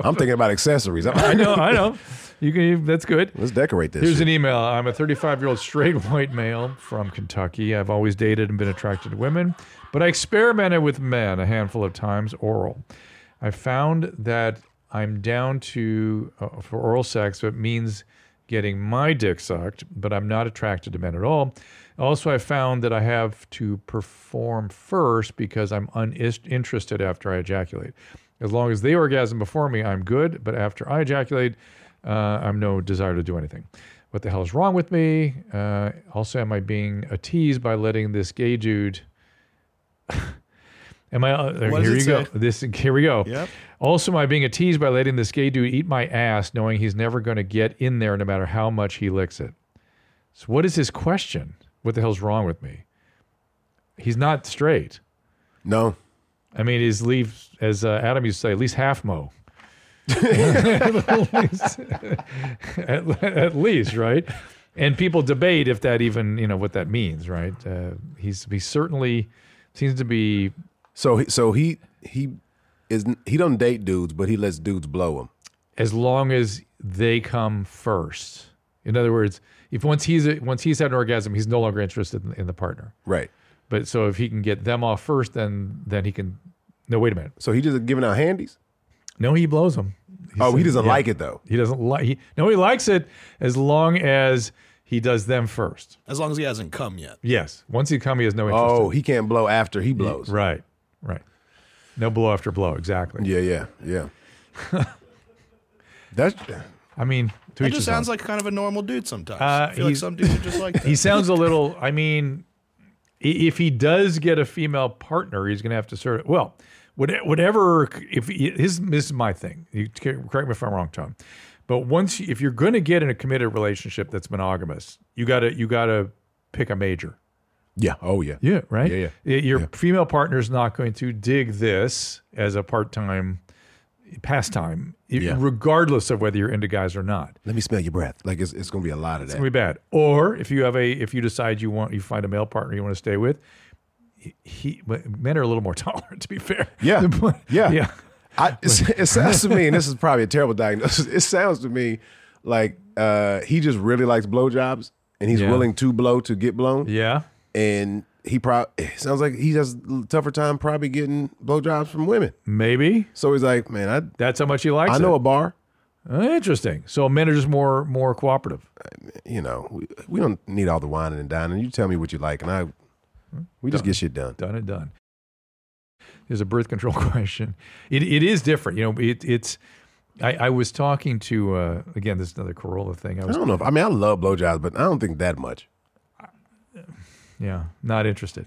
[SPEAKER 2] I'm thinking about accessories. I'm-
[SPEAKER 1] I know. I know. You can. That's good.
[SPEAKER 2] Let's decorate this.
[SPEAKER 1] Here's
[SPEAKER 2] shit.
[SPEAKER 1] an email. I'm a 35 year old straight white male from Kentucky. I've always dated and been attracted to women, but I experimented with men a handful of times oral. I found that I'm down to uh, for oral sex, so it means getting my dick sucked, but I'm not attracted to men at all. Also, I found that I have to perform first because I'm uninterested after I ejaculate. As long as they orgasm before me, I'm good, but after I ejaculate, uh, I'm no desire to do anything. What the hell is wrong with me? Uh, also, am I being a tease by letting this gay dude? am I? uh,
[SPEAKER 4] What does
[SPEAKER 1] here
[SPEAKER 4] it
[SPEAKER 1] you go.
[SPEAKER 4] say?
[SPEAKER 1] This here we go.
[SPEAKER 4] Yep.
[SPEAKER 1] Also, am I being a tease by letting this gay dude eat my ass, knowing he's never going to get in there, no matter how much he licks it? So, what is his question? What the hell's wrong with me? He's not straight.
[SPEAKER 2] no,
[SPEAKER 1] I mean, he's leave as uh, Adam used to say, at least half mo. at, le- at least, right? And people debate if that even, you know, what that means, right? Uh, he's he certainly seems to be
[SPEAKER 2] so he, so he he is he don't date dudes, but he lets dudes blow him.
[SPEAKER 1] as long as they come first. In other words, if once he's once he's had an orgasm, he's no longer interested in, in the partner.
[SPEAKER 2] Right.
[SPEAKER 1] But so if he can get them off first, then then he can. No, wait a minute.
[SPEAKER 2] So he just giving out handies.
[SPEAKER 1] No, he blows them.
[SPEAKER 2] oh, he doesn't
[SPEAKER 1] yeah.
[SPEAKER 2] like it though.
[SPEAKER 1] He doesn't like. He, no, he likes it as long as he does them first.
[SPEAKER 4] As long as he hasn't come yet.
[SPEAKER 1] Yes. Once he come, he has no interest.
[SPEAKER 2] Oh, he can't blow after he blows.
[SPEAKER 1] in- right, right. No blow after blow. Exactly.
[SPEAKER 2] Yeah, yeah, yeah. That's
[SPEAKER 1] I mean, to
[SPEAKER 4] He
[SPEAKER 1] each
[SPEAKER 4] just
[SPEAKER 1] his own.
[SPEAKER 4] sounds like kind of a normal dude sometimes.
[SPEAKER 1] Uh,
[SPEAKER 4] I feel like
[SPEAKER 1] he's-
[SPEAKER 4] some dudes are just like that.
[SPEAKER 1] He sounds a little. I mean, i- if he does get a female partner, he's going to have to sort of well, what- whatever. If he- his this is my thing. You c- correct me if I'm wrong, Tom. But once you- if you're going to get in a committed relationship that's monogamous, you gotta you gotta pick a major.
[SPEAKER 2] yeah. Oh yeah.
[SPEAKER 1] Yeah, right.
[SPEAKER 2] Yeah,
[SPEAKER 1] Y- Your female partner's not going to dig this as a part-time pastime, i-
[SPEAKER 2] Yeah.
[SPEAKER 1] regardless of whether you're into guys or not.
[SPEAKER 2] Let me smell your breath. Like it's, it's gonna be a lot of
[SPEAKER 1] It's gonna
[SPEAKER 2] that.
[SPEAKER 1] be bad. Or if you have a, if you decide you want, you find a male partner you want to stay with, he, he but men are a little more tolerant. To be fair,
[SPEAKER 2] Yeah.
[SPEAKER 1] But-
[SPEAKER 2] Yeah.
[SPEAKER 1] yeah.
[SPEAKER 2] I, it's, it sounds to me, and this is probably a terrible diagnosis. It sounds to me like uh, he just really likes blowjobs, and he's
[SPEAKER 1] Yeah.
[SPEAKER 2] willing to blow to get blown.
[SPEAKER 1] Yeah.
[SPEAKER 2] and he probably sounds like he has a tougher time probably getting blowjobs from women.
[SPEAKER 1] Maybe
[SPEAKER 2] So he's like, man,
[SPEAKER 1] that's how much he
[SPEAKER 2] I
[SPEAKER 1] likes.
[SPEAKER 2] I know a
[SPEAKER 1] It.
[SPEAKER 2] bar.
[SPEAKER 1] Uh, Interesting. So men are just more more cooperative.
[SPEAKER 2] You know, we, we don't need all the whining and dining. You tell me what you like, and I we just get shit done.
[SPEAKER 1] Done and done. There's a birth control question. It it is different. You know, it it's. I, I was talking to uh, again. This is another Corolla thing. I
[SPEAKER 2] I
[SPEAKER 1] was
[SPEAKER 2] don't know. If, I mean, I love blowjobs, but I don't think that much.
[SPEAKER 1] yeah not interested.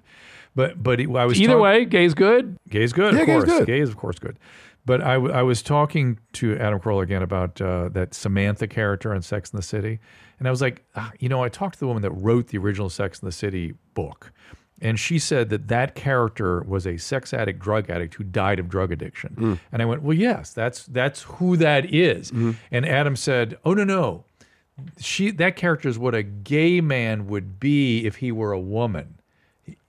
[SPEAKER 1] But but it, I was
[SPEAKER 3] Either
[SPEAKER 1] talk-
[SPEAKER 3] way, gay's good.
[SPEAKER 1] Gay's good,
[SPEAKER 2] Yeah,
[SPEAKER 1] of
[SPEAKER 2] gay's
[SPEAKER 1] course.
[SPEAKER 2] good.
[SPEAKER 1] Gay is, of course, good. But I, w- I was talking to Adam Carolla again about uh, that Samantha character on Sex in the City. And I was like, ah, you know, I talked to the woman that wrote the original Sex in the City book. And she said that that character was a sex addict, drug addict who died of drug addiction. And I went, well, yes, that's, that's who that is. And Adam said, oh, no, no. She, that character is what a gay man would be if he were a woman.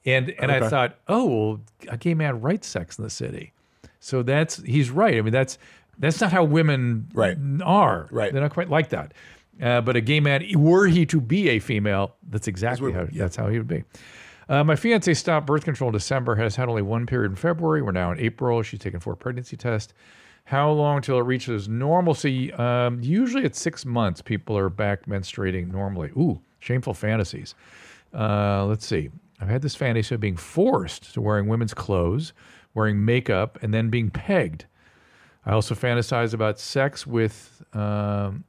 [SPEAKER 1] And and I thought, oh, well, a gay man writes Sex in the City, so that's he's right. I mean, that's that's not how women
[SPEAKER 2] Right.
[SPEAKER 1] are.
[SPEAKER 2] Right.
[SPEAKER 1] They're not quite like that. Uh, but a gay man, were he to be a female, that's exactly how that's how he would be. Uh, my fiance stopped birth control in December. Has had only one period in February. We're now in April. She's taken four pregnancy tests. How long till it reaches normalcy? Um, usually, at six months, people are back menstruating normally. Ooh, shameful fantasies. Uh, let's see. I've had this fantasy of being forced to wearing women's clothes, wearing makeup, and then being pegged. I also fantasize about sex with um,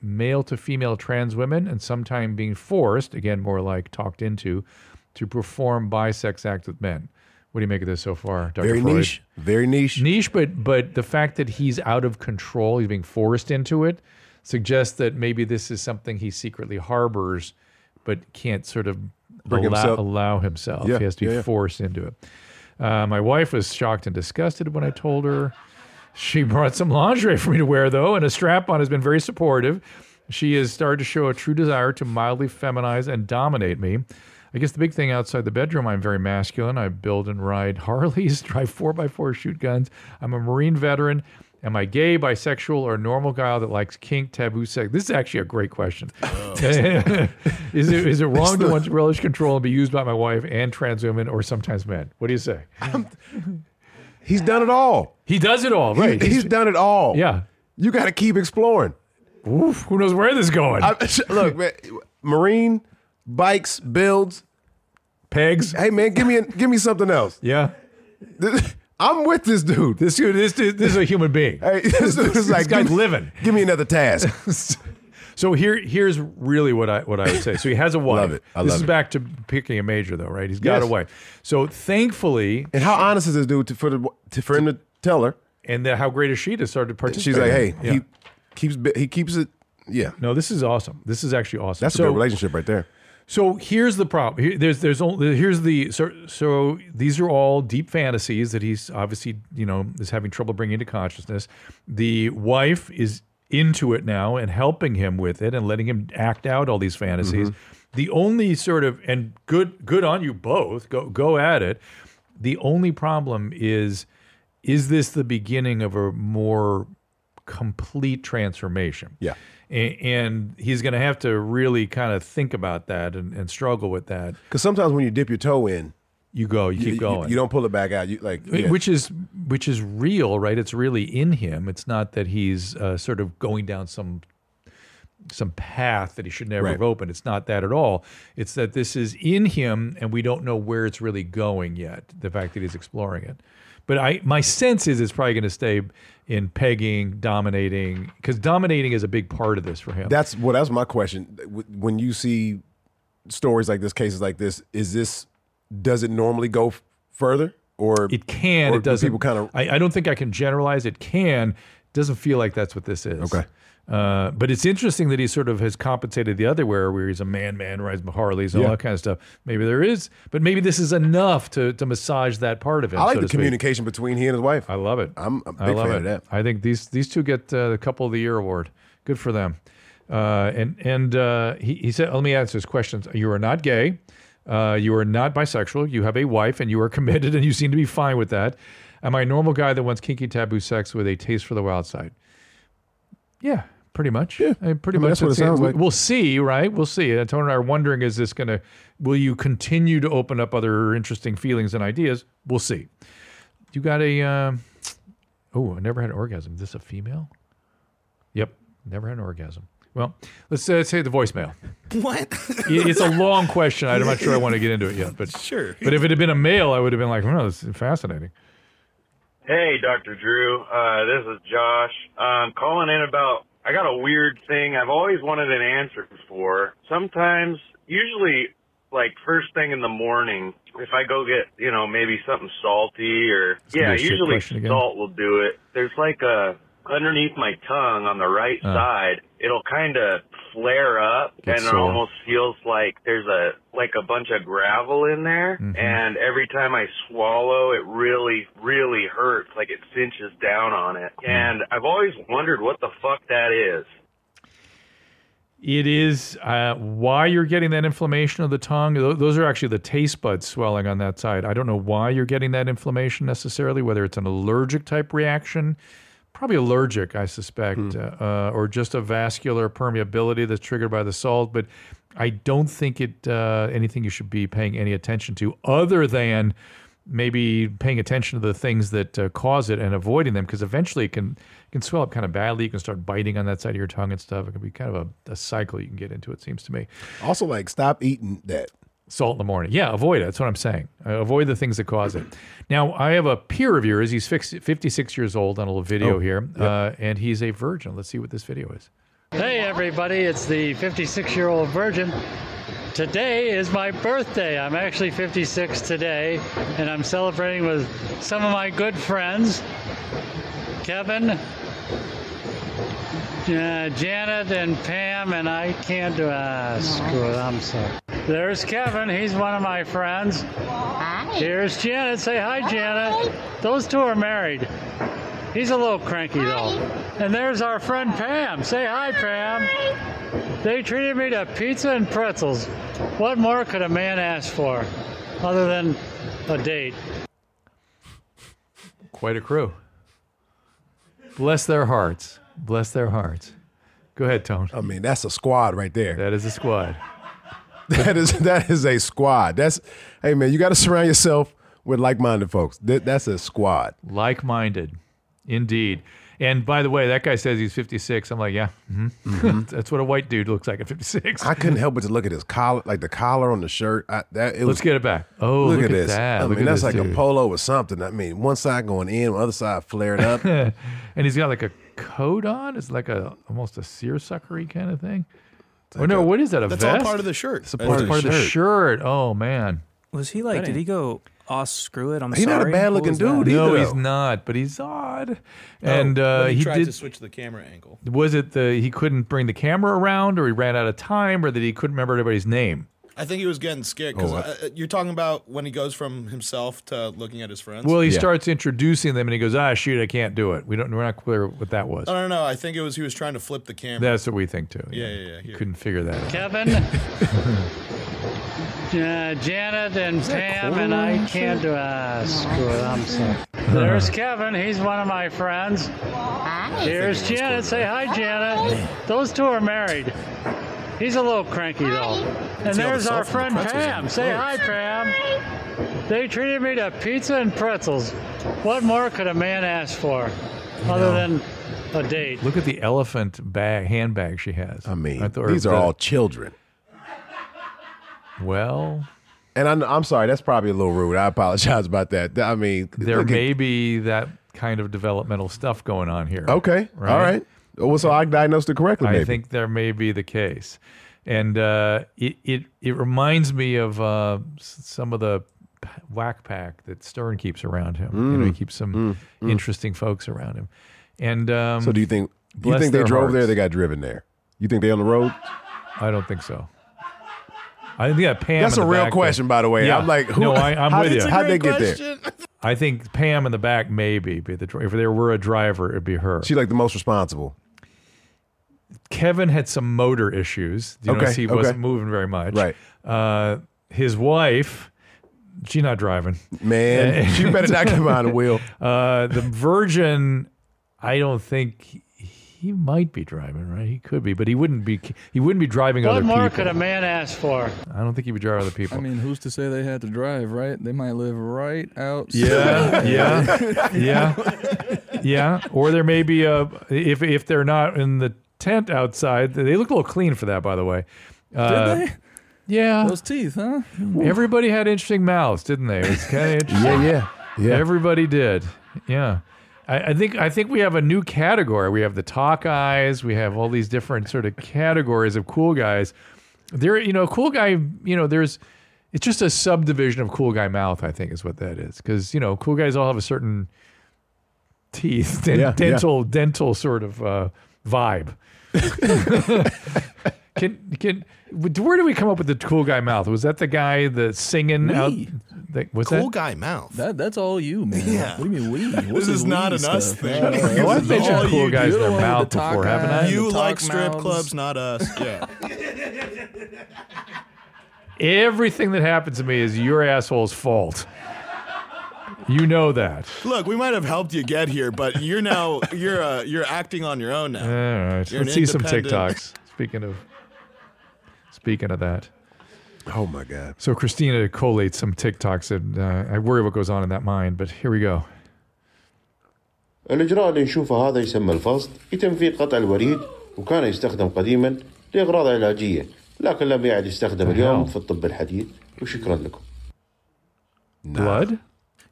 [SPEAKER 1] male to female trans women and sometime being forced, again, more like talked into, to perform bisex acts with men. What do you make of this so far, Dr.
[SPEAKER 2] Very
[SPEAKER 1] Freud?
[SPEAKER 2] niche. Very niche.
[SPEAKER 1] Niche, but but the fact that he's out of control, he's being forced into it, suggests that maybe this is something he secretly harbors, but can't sort of
[SPEAKER 2] Bring
[SPEAKER 1] allow
[SPEAKER 2] himself-
[SPEAKER 1] allow himself.
[SPEAKER 2] Yeah,
[SPEAKER 1] He has to be
[SPEAKER 2] yeah, yeah.
[SPEAKER 1] forced into it. Uh, my wife was shocked and disgusted when I told her. She brought some lingerie for me to wear, though, and a strap on has been very supportive. She has started to show a true desire to mildly feminize and dominate me. I guess the big thing outside the bedroom, I'm very masculine. I build and ride Harleys, drive 4x4, shoot guns. I'm a Marine veteran. Am I gay, bisexual, or a normal guy that likes kink, taboo sex? This is actually a great question.
[SPEAKER 2] Oh.
[SPEAKER 1] is, it, is it wrong to want to relish control and be used by my wife and trans women or sometimes men? What do you say?
[SPEAKER 2] He's done it all.
[SPEAKER 1] He does it all, right?
[SPEAKER 2] He, he's done it all.
[SPEAKER 1] yeah.
[SPEAKER 2] You got to keep exploring.
[SPEAKER 1] Oof, who knows where this is going?
[SPEAKER 2] I, look, man, marine bikes, builds.
[SPEAKER 1] Pegs.
[SPEAKER 2] Hey, man, give me a, give me something else.
[SPEAKER 1] Yeah.
[SPEAKER 2] I'm with this dude.
[SPEAKER 1] This dude, this dude, this is a human being.
[SPEAKER 2] Hey, this, dude's like,
[SPEAKER 1] guy's
[SPEAKER 2] give me-
[SPEAKER 1] living.
[SPEAKER 2] Give me another task.
[SPEAKER 1] So here, here's really what I what I would say. So he has a wife.
[SPEAKER 2] Love it. I
[SPEAKER 1] this
[SPEAKER 2] love
[SPEAKER 1] is
[SPEAKER 2] it.
[SPEAKER 1] back to picking a major, though, right? He's got
[SPEAKER 2] Yes.
[SPEAKER 1] a wife. So thankfully,
[SPEAKER 2] and how honest is this dude to, for the, to, for him to tell her?
[SPEAKER 1] and then how great is she to start to participate?
[SPEAKER 2] She's like, hey,
[SPEAKER 1] Yeah.
[SPEAKER 2] he keeps bi- he keeps it. Yeah,
[SPEAKER 1] no, this is awesome. This is actually awesome.
[SPEAKER 2] that's
[SPEAKER 1] so,
[SPEAKER 2] a good relationship right there.
[SPEAKER 1] So here's the problem. Here, there's there's only here's the so so these are all deep fantasies that he's obviously you know is having trouble bringing into consciousness. The wife is into it now and helping him with it and letting him act out all these fantasies. The only sort of and good good on you both. Go go at it. The only problem is is this the beginning of a more complete transformation?
[SPEAKER 2] Yeah.
[SPEAKER 1] A- And, he's going to have to really kind of think about that and, and struggle with that.
[SPEAKER 2] Because sometimes when you dip your toe in,
[SPEAKER 1] You go, you
[SPEAKER 2] you-
[SPEAKER 1] keep
[SPEAKER 2] you,
[SPEAKER 1] going.
[SPEAKER 2] You, don't pull it back out. You like
[SPEAKER 1] Wh-
[SPEAKER 2] yeah.
[SPEAKER 1] Which is which is real, right? It's really in him. It's not that he's uh, sort of going down some some path that he should never
[SPEAKER 2] Right.
[SPEAKER 1] have opened. It's not that at all. It's that this is in him, and we don't know where it's really going yet. The fact that he's exploring it, but I my sense is it's probably going to stay in pegging, dominating, because dominating is a big part of this for him.
[SPEAKER 2] That's well. That's my question. Wh- When you see stories like this, cases like this, is this does it normally go f- further or
[SPEAKER 1] It can.
[SPEAKER 2] Or
[SPEAKER 1] it doesn't.
[SPEAKER 2] People kind of
[SPEAKER 1] I, I don't think I can generalize. It can. Doesn't feel like that's what this is.
[SPEAKER 2] Okay.
[SPEAKER 1] Uh, but it's interesting that he sort of has compensated the other where where he's a man, man, rides Harleys and all
[SPEAKER 2] Yeah.
[SPEAKER 1] that kind of stuff. Maybe there is, but maybe this is enough to to massage that part of it.
[SPEAKER 2] I like
[SPEAKER 1] so
[SPEAKER 2] the
[SPEAKER 1] to speak.
[SPEAKER 2] communication between he and his wife.
[SPEAKER 1] I love it.
[SPEAKER 2] I'm a
[SPEAKER 1] I
[SPEAKER 2] big
[SPEAKER 1] love
[SPEAKER 2] fan
[SPEAKER 1] it.
[SPEAKER 2] of that.
[SPEAKER 1] I think these these two get uh, the couple of the year award. Good for them. Uh, and and uh, he, he said, let me answer his questions. You are not gay. Uh, you are not bisexual. You have a wife, and you are committed, and you seem to be fine with that. Am I a normal guy that wants kinky taboo sex with a taste for the wild side? Yeah, pretty much. Yeah, I mean, pretty
[SPEAKER 2] I mean,
[SPEAKER 1] much.
[SPEAKER 2] that's what it sounds
[SPEAKER 1] We-
[SPEAKER 2] like.
[SPEAKER 1] We'll see, right? We'll see. Uh, Tony and I are wondering: Is this going to? Will you continue to open up other interesting feelings and ideas? We'll see. You got a? Uh, oh, I never had an orgasm. Is this a female? Yep, never had an orgasm. Well, let's uh, let's hit the voicemail.
[SPEAKER 4] What?
[SPEAKER 1] I- It's a long question. I'm not sure I want to get into it yet, but
[SPEAKER 4] sure.
[SPEAKER 1] but if it had been a male, I would have been like, "Oh, this is fascinating."
[SPEAKER 9] Hey, Dr. Drew. Uh, this is Josh. I'm calling in about, I got a weird thing I've always wanted an answer for. Sometimes, usually, like first thing in the morning, if I go get, you know, maybe something salty or, yeah,
[SPEAKER 1] gonna be a shit
[SPEAKER 9] usually
[SPEAKER 1] question again.
[SPEAKER 9] salt will do it. There's like a, underneath my tongue on the right
[SPEAKER 1] Uh.
[SPEAKER 9] side, it'll kind of flare up
[SPEAKER 1] Get
[SPEAKER 9] and it
[SPEAKER 1] sore.
[SPEAKER 9] almost feels like there's a, like a bunch of gravel in there.
[SPEAKER 1] Mhm.
[SPEAKER 9] And every time I swallow, it really, really hurts. Like it cinches down on it. And I've always wondered what the fuck that is.
[SPEAKER 1] It is uh, why you're getting that inflammation of the tongue. tho- Those are actually the taste buds swelling on that side. I don't know why you're getting that inflammation necessarily, whether it's an allergic type reaction, probably allergic, I suspect, uh, uh, or just a vascular permeability that's triggered by the salt. But I don't think it uh, anything you should be paying any attention to, other than maybe paying attention to the things that uh, cause it and avoiding them because eventually it can it can swell up kind of badly you can start biting on that side of your tongue and stuff it can be kind of a, a cycle you can get into it seems to me
[SPEAKER 2] Also, like stop eating that.
[SPEAKER 1] salt in the morning yeah avoid it that's what i'm saying uh, avoid the things that cause it now i have a peer of yours he's fix- 56 years old on a little video
[SPEAKER 2] Oh,
[SPEAKER 1] here uh, and he's a virgin let's see what this video is
[SPEAKER 10] Hey, everybody, it's the 56 year old virgin. Today is my birthday. I'm actually 56 today, and I'm celebrating with uh, some of my good friends Kevin, uh, Janet and Pam, and I can't do. Ah, screw it. I'm sorry. There's Kevin. He's one of my friends. Hi. Here's Janet. Say hi, Janet. Those two are married. He's a little cranky though. And there's our friend Pam. Say hi, Pam. They treated me to pizza and pretzels. What more could a man ask for, other than a date?
[SPEAKER 1] Quite a crew. Bless their hearts. Bless their hearts. Go ahead, Tone.
[SPEAKER 2] I mean, that's a squad right there.
[SPEAKER 1] That is a squad.
[SPEAKER 2] that is that is a squad. That's hey man, you got to surround yourself with like-minded folks. That, that's a squad.
[SPEAKER 1] Like-minded, indeed. And by the way, that guy says he's 56. I'm like, yeah, mhm. that's what a white dude looks like at 56.
[SPEAKER 2] I couldn't help but to look at his collar, like the collar on the shirt. I, that it was,
[SPEAKER 1] Let's get it back. Oh, look at
[SPEAKER 2] this.
[SPEAKER 1] that.
[SPEAKER 2] I
[SPEAKER 1] Look
[SPEAKER 2] mean,
[SPEAKER 1] at
[SPEAKER 2] that's
[SPEAKER 1] this
[SPEAKER 2] like
[SPEAKER 1] dude.
[SPEAKER 2] a polo or something. I mean, one side going in, the other side flared up.
[SPEAKER 1] and he's got like a coat on. It's like a almost a seersuckery kind of thing. oh no, what is that? A
[SPEAKER 4] That's all
[SPEAKER 1] vest?
[SPEAKER 4] part of the shirt.
[SPEAKER 1] It's a part,
[SPEAKER 4] That's
[SPEAKER 1] part of the
[SPEAKER 4] shirt.
[SPEAKER 1] shirt. Oh man.
[SPEAKER 11] Was he like?
[SPEAKER 1] That
[SPEAKER 11] Did
[SPEAKER 1] ain't-
[SPEAKER 11] he go? Oh, screw it. I'm
[SPEAKER 1] He's
[SPEAKER 11] sorry. What was that?
[SPEAKER 1] No, he's not. But he's odd. And
[SPEAKER 4] Oh,
[SPEAKER 1] uh,
[SPEAKER 4] when
[SPEAKER 1] he,
[SPEAKER 4] he, tried
[SPEAKER 1] did.
[SPEAKER 4] to switch the camera angle.
[SPEAKER 1] Was it the he couldn't bring the camera around, or he ran out of time, or that he couldn't remember everybody's name?
[SPEAKER 4] I think he was getting scared because uh,
[SPEAKER 1] Oh, I-
[SPEAKER 4] you're talking about when he goes from himself to looking at his friends.
[SPEAKER 1] Well, he starts introducing them, and he goes, "Ah, shoot, I can't do it." We don't. We're not clear what that was.
[SPEAKER 4] I don't know. I think it was he was trying to flip the camera.
[SPEAKER 1] That's what we think too.
[SPEAKER 4] Yeah, yeah, yeah, here.
[SPEAKER 1] Couldn't figure that out.
[SPEAKER 10] Kevin, uh, Janet, and Pam, and I can't do. Ah, screw it. I'm sorry. There's Kevin. He's one of my friends. Here's Janet. Say hi, Janet. Those two are married. He's a little cranky though. And
[SPEAKER 11] See all the
[SPEAKER 10] there's our
[SPEAKER 11] salt from the
[SPEAKER 10] friend
[SPEAKER 11] pretzels Oh, on
[SPEAKER 10] Pam.
[SPEAKER 11] the
[SPEAKER 10] Say hi, Pam. They treated me to pizza and pretzels. What more could a man ask for, other than a date?
[SPEAKER 1] Look at the elephant bag handbag she has. I mean,
[SPEAKER 2] These are all children.
[SPEAKER 1] Well,
[SPEAKER 2] and I'm, I'm sorry. That's probably a little rude. I apologize about that. Th- I mean,
[SPEAKER 1] there
[SPEAKER 2] look at-
[SPEAKER 1] may be that kind of developmental stuff going on here.
[SPEAKER 2] okay, all right. Oh, Well, so I diagnosed it correctly. Maybe.
[SPEAKER 1] I think there may be the case, and uh, it it it reminds me of uh, s- some of the p- whack pack that Stern keeps around him. You know, he
[SPEAKER 2] Mm,
[SPEAKER 1] keeps some
[SPEAKER 2] mm.
[SPEAKER 1] interesting folks around him. And um,
[SPEAKER 2] so do you think you
[SPEAKER 1] bless
[SPEAKER 2] think they
[SPEAKER 1] their
[SPEAKER 2] drove there?
[SPEAKER 1] hearts.
[SPEAKER 2] They got driven there. You think they on the road?
[SPEAKER 1] I don't think so. I think that Pam.
[SPEAKER 2] That's
[SPEAKER 1] in
[SPEAKER 2] a
[SPEAKER 1] the
[SPEAKER 2] real
[SPEAKER 1] back
[SPEAKER 2] question,
[SPEAKER 1] there-
[SPEAKER 2] by the way.
[SPEAKER 1] Yeah.
[SPEAKER 2] I'm like, who-
[SPEAKER 1] no, I, I'm
[SPEAKER 2] how-
[SPEAKER 1] with
[SPEAKER 2] it's a
[SPEAKER 1] you.
[SPEAKER 2] How'd they great get there?
[SPEAKER 1] I think Pam in the back, maybe. Be the dri- if there were a driver, it'd be her.
[SPEAKER 2] She like the most responsible.
[SPEAKER 1] Kevin had some motor issues. You
[SPEAKER 2] Okay,
[SPEAKER 1] notice he
[SPEAKER 2] okay.
[SPEAKER 1] wasn't moving very much. Right. Uh, his wife, she not driving.
[SPEAKER 2] Man, she better not get behind the wheel.
[SPEAKER 1] Uh, the Virgin, I don't think he, he might be driving. Right, he could be, but he wouldn't be. He wouldn't be driving
[SPEAKER 10] What
[SPEAKER 1] other
[SPEAKER 10] more
[SPEAKER 1] people.
[SPEAKER 10] could a man ask for?
[SPEAKER 1] I don't think he'd be driving other people.
[SPEAKER 12] I mean, who's to say they had to drive, right? They might live right out.
[SPEAKER 1] Yeah, yeah, yeah, yeah. Or there may be a if if they're not in the tent outside. They look a little clean for that, by the way. Uh,
[SPEAKER 12] Did they?
[SPEAKER 1] Yeah.
[SPEAKER 12] Those teeth, huh?
[SPEAKER 1] Everybody had interesting mouths, didn't they? It was kind of interesting.
[SPEAKER 2] Yeah, yeah, yeah.
[SPEAKER 1] Everybody did. Yeah. I, I think I think we have a new category. We have the talk eyes. We have all these different sort of categories of cool guys. There, you know, cool guy. You know, there's. It's just a subdivision of cool guy mouth. I think is what that is because you know cool guys all have a certain teeth, dent-
[SPEAKER 2] Yeah, yeah.
[SPEAKER 1] dental, dental sort of uh, vibe. Can can where do we come up with the cool guy mouth? Was that the guy the singing out? The, was
[SPEAKER 12] Cool
[SPEAKER 1] that?
[SPEAKER 4] guy mouth.
[SPEAKER 12] That that's all you, man. Yeah. What do you mean we? What
[SPEAKER 4] This is
[SPEAKER 12] we
[SPEAKER 4] not an us
[SPEAKER 12] stuff?
[SPEAKER 4] thing.
[SPEAKER 12] Yeah.
[SPEAKER 4] This
[SPEAKER 1] Well, I've
[SPEAKER 4] is
[SPEAKER 1] mentioned
[SPEAKER 4] all
[SPEAKER 1] cool
[SPEAKER 4] you
[SPEAKER 1] guys
[SPEAKER 4] do.
[SPEAKER 1] their
[SPEAKER 4] You're the one
[SPEAKER 1] mouth
[SPEAKER 4] with the talk
[SPEAKER 1] before, haven't I?
[SPEAKER 4] eyes, You the talk like strip mouths. clubs, not us. Yeah.
[SPEAKER 1] Everything that happens to me is your asshole's fault. You know that.
[SPEAKER 4] Look, we might have helped you get here, but you're now you're uh, you're acting on your own
[SPEAKER 1] All
[SPEAKER 4] now.
[SPEAKER 1] right,
[SPEAKER 4] You're an
[SPEAKER 1] let's see some
[SPEAKER 4] independent-
[SPEAKER 1] TikToks. Speaking of, speaking of that.
[SPEAKER 2] Oh my god.
[SPEAKER 1] So Christina collates some TikToks, and uh, I worry what goes on in that mind. But here we go.
[SPEAKER 13] الإجراء اللي نشوفه هذا يسمى الفصد يتم فيه قطع الوريد وكان يستخدم قديما لأغراض علاجية لكن لم يعد يستخدم
[SPEAKER 1] أيوه.
[SPEAKER 13] اليوم في الطب الحديث وشكرا لكم
[SPEAKER 1] Blood?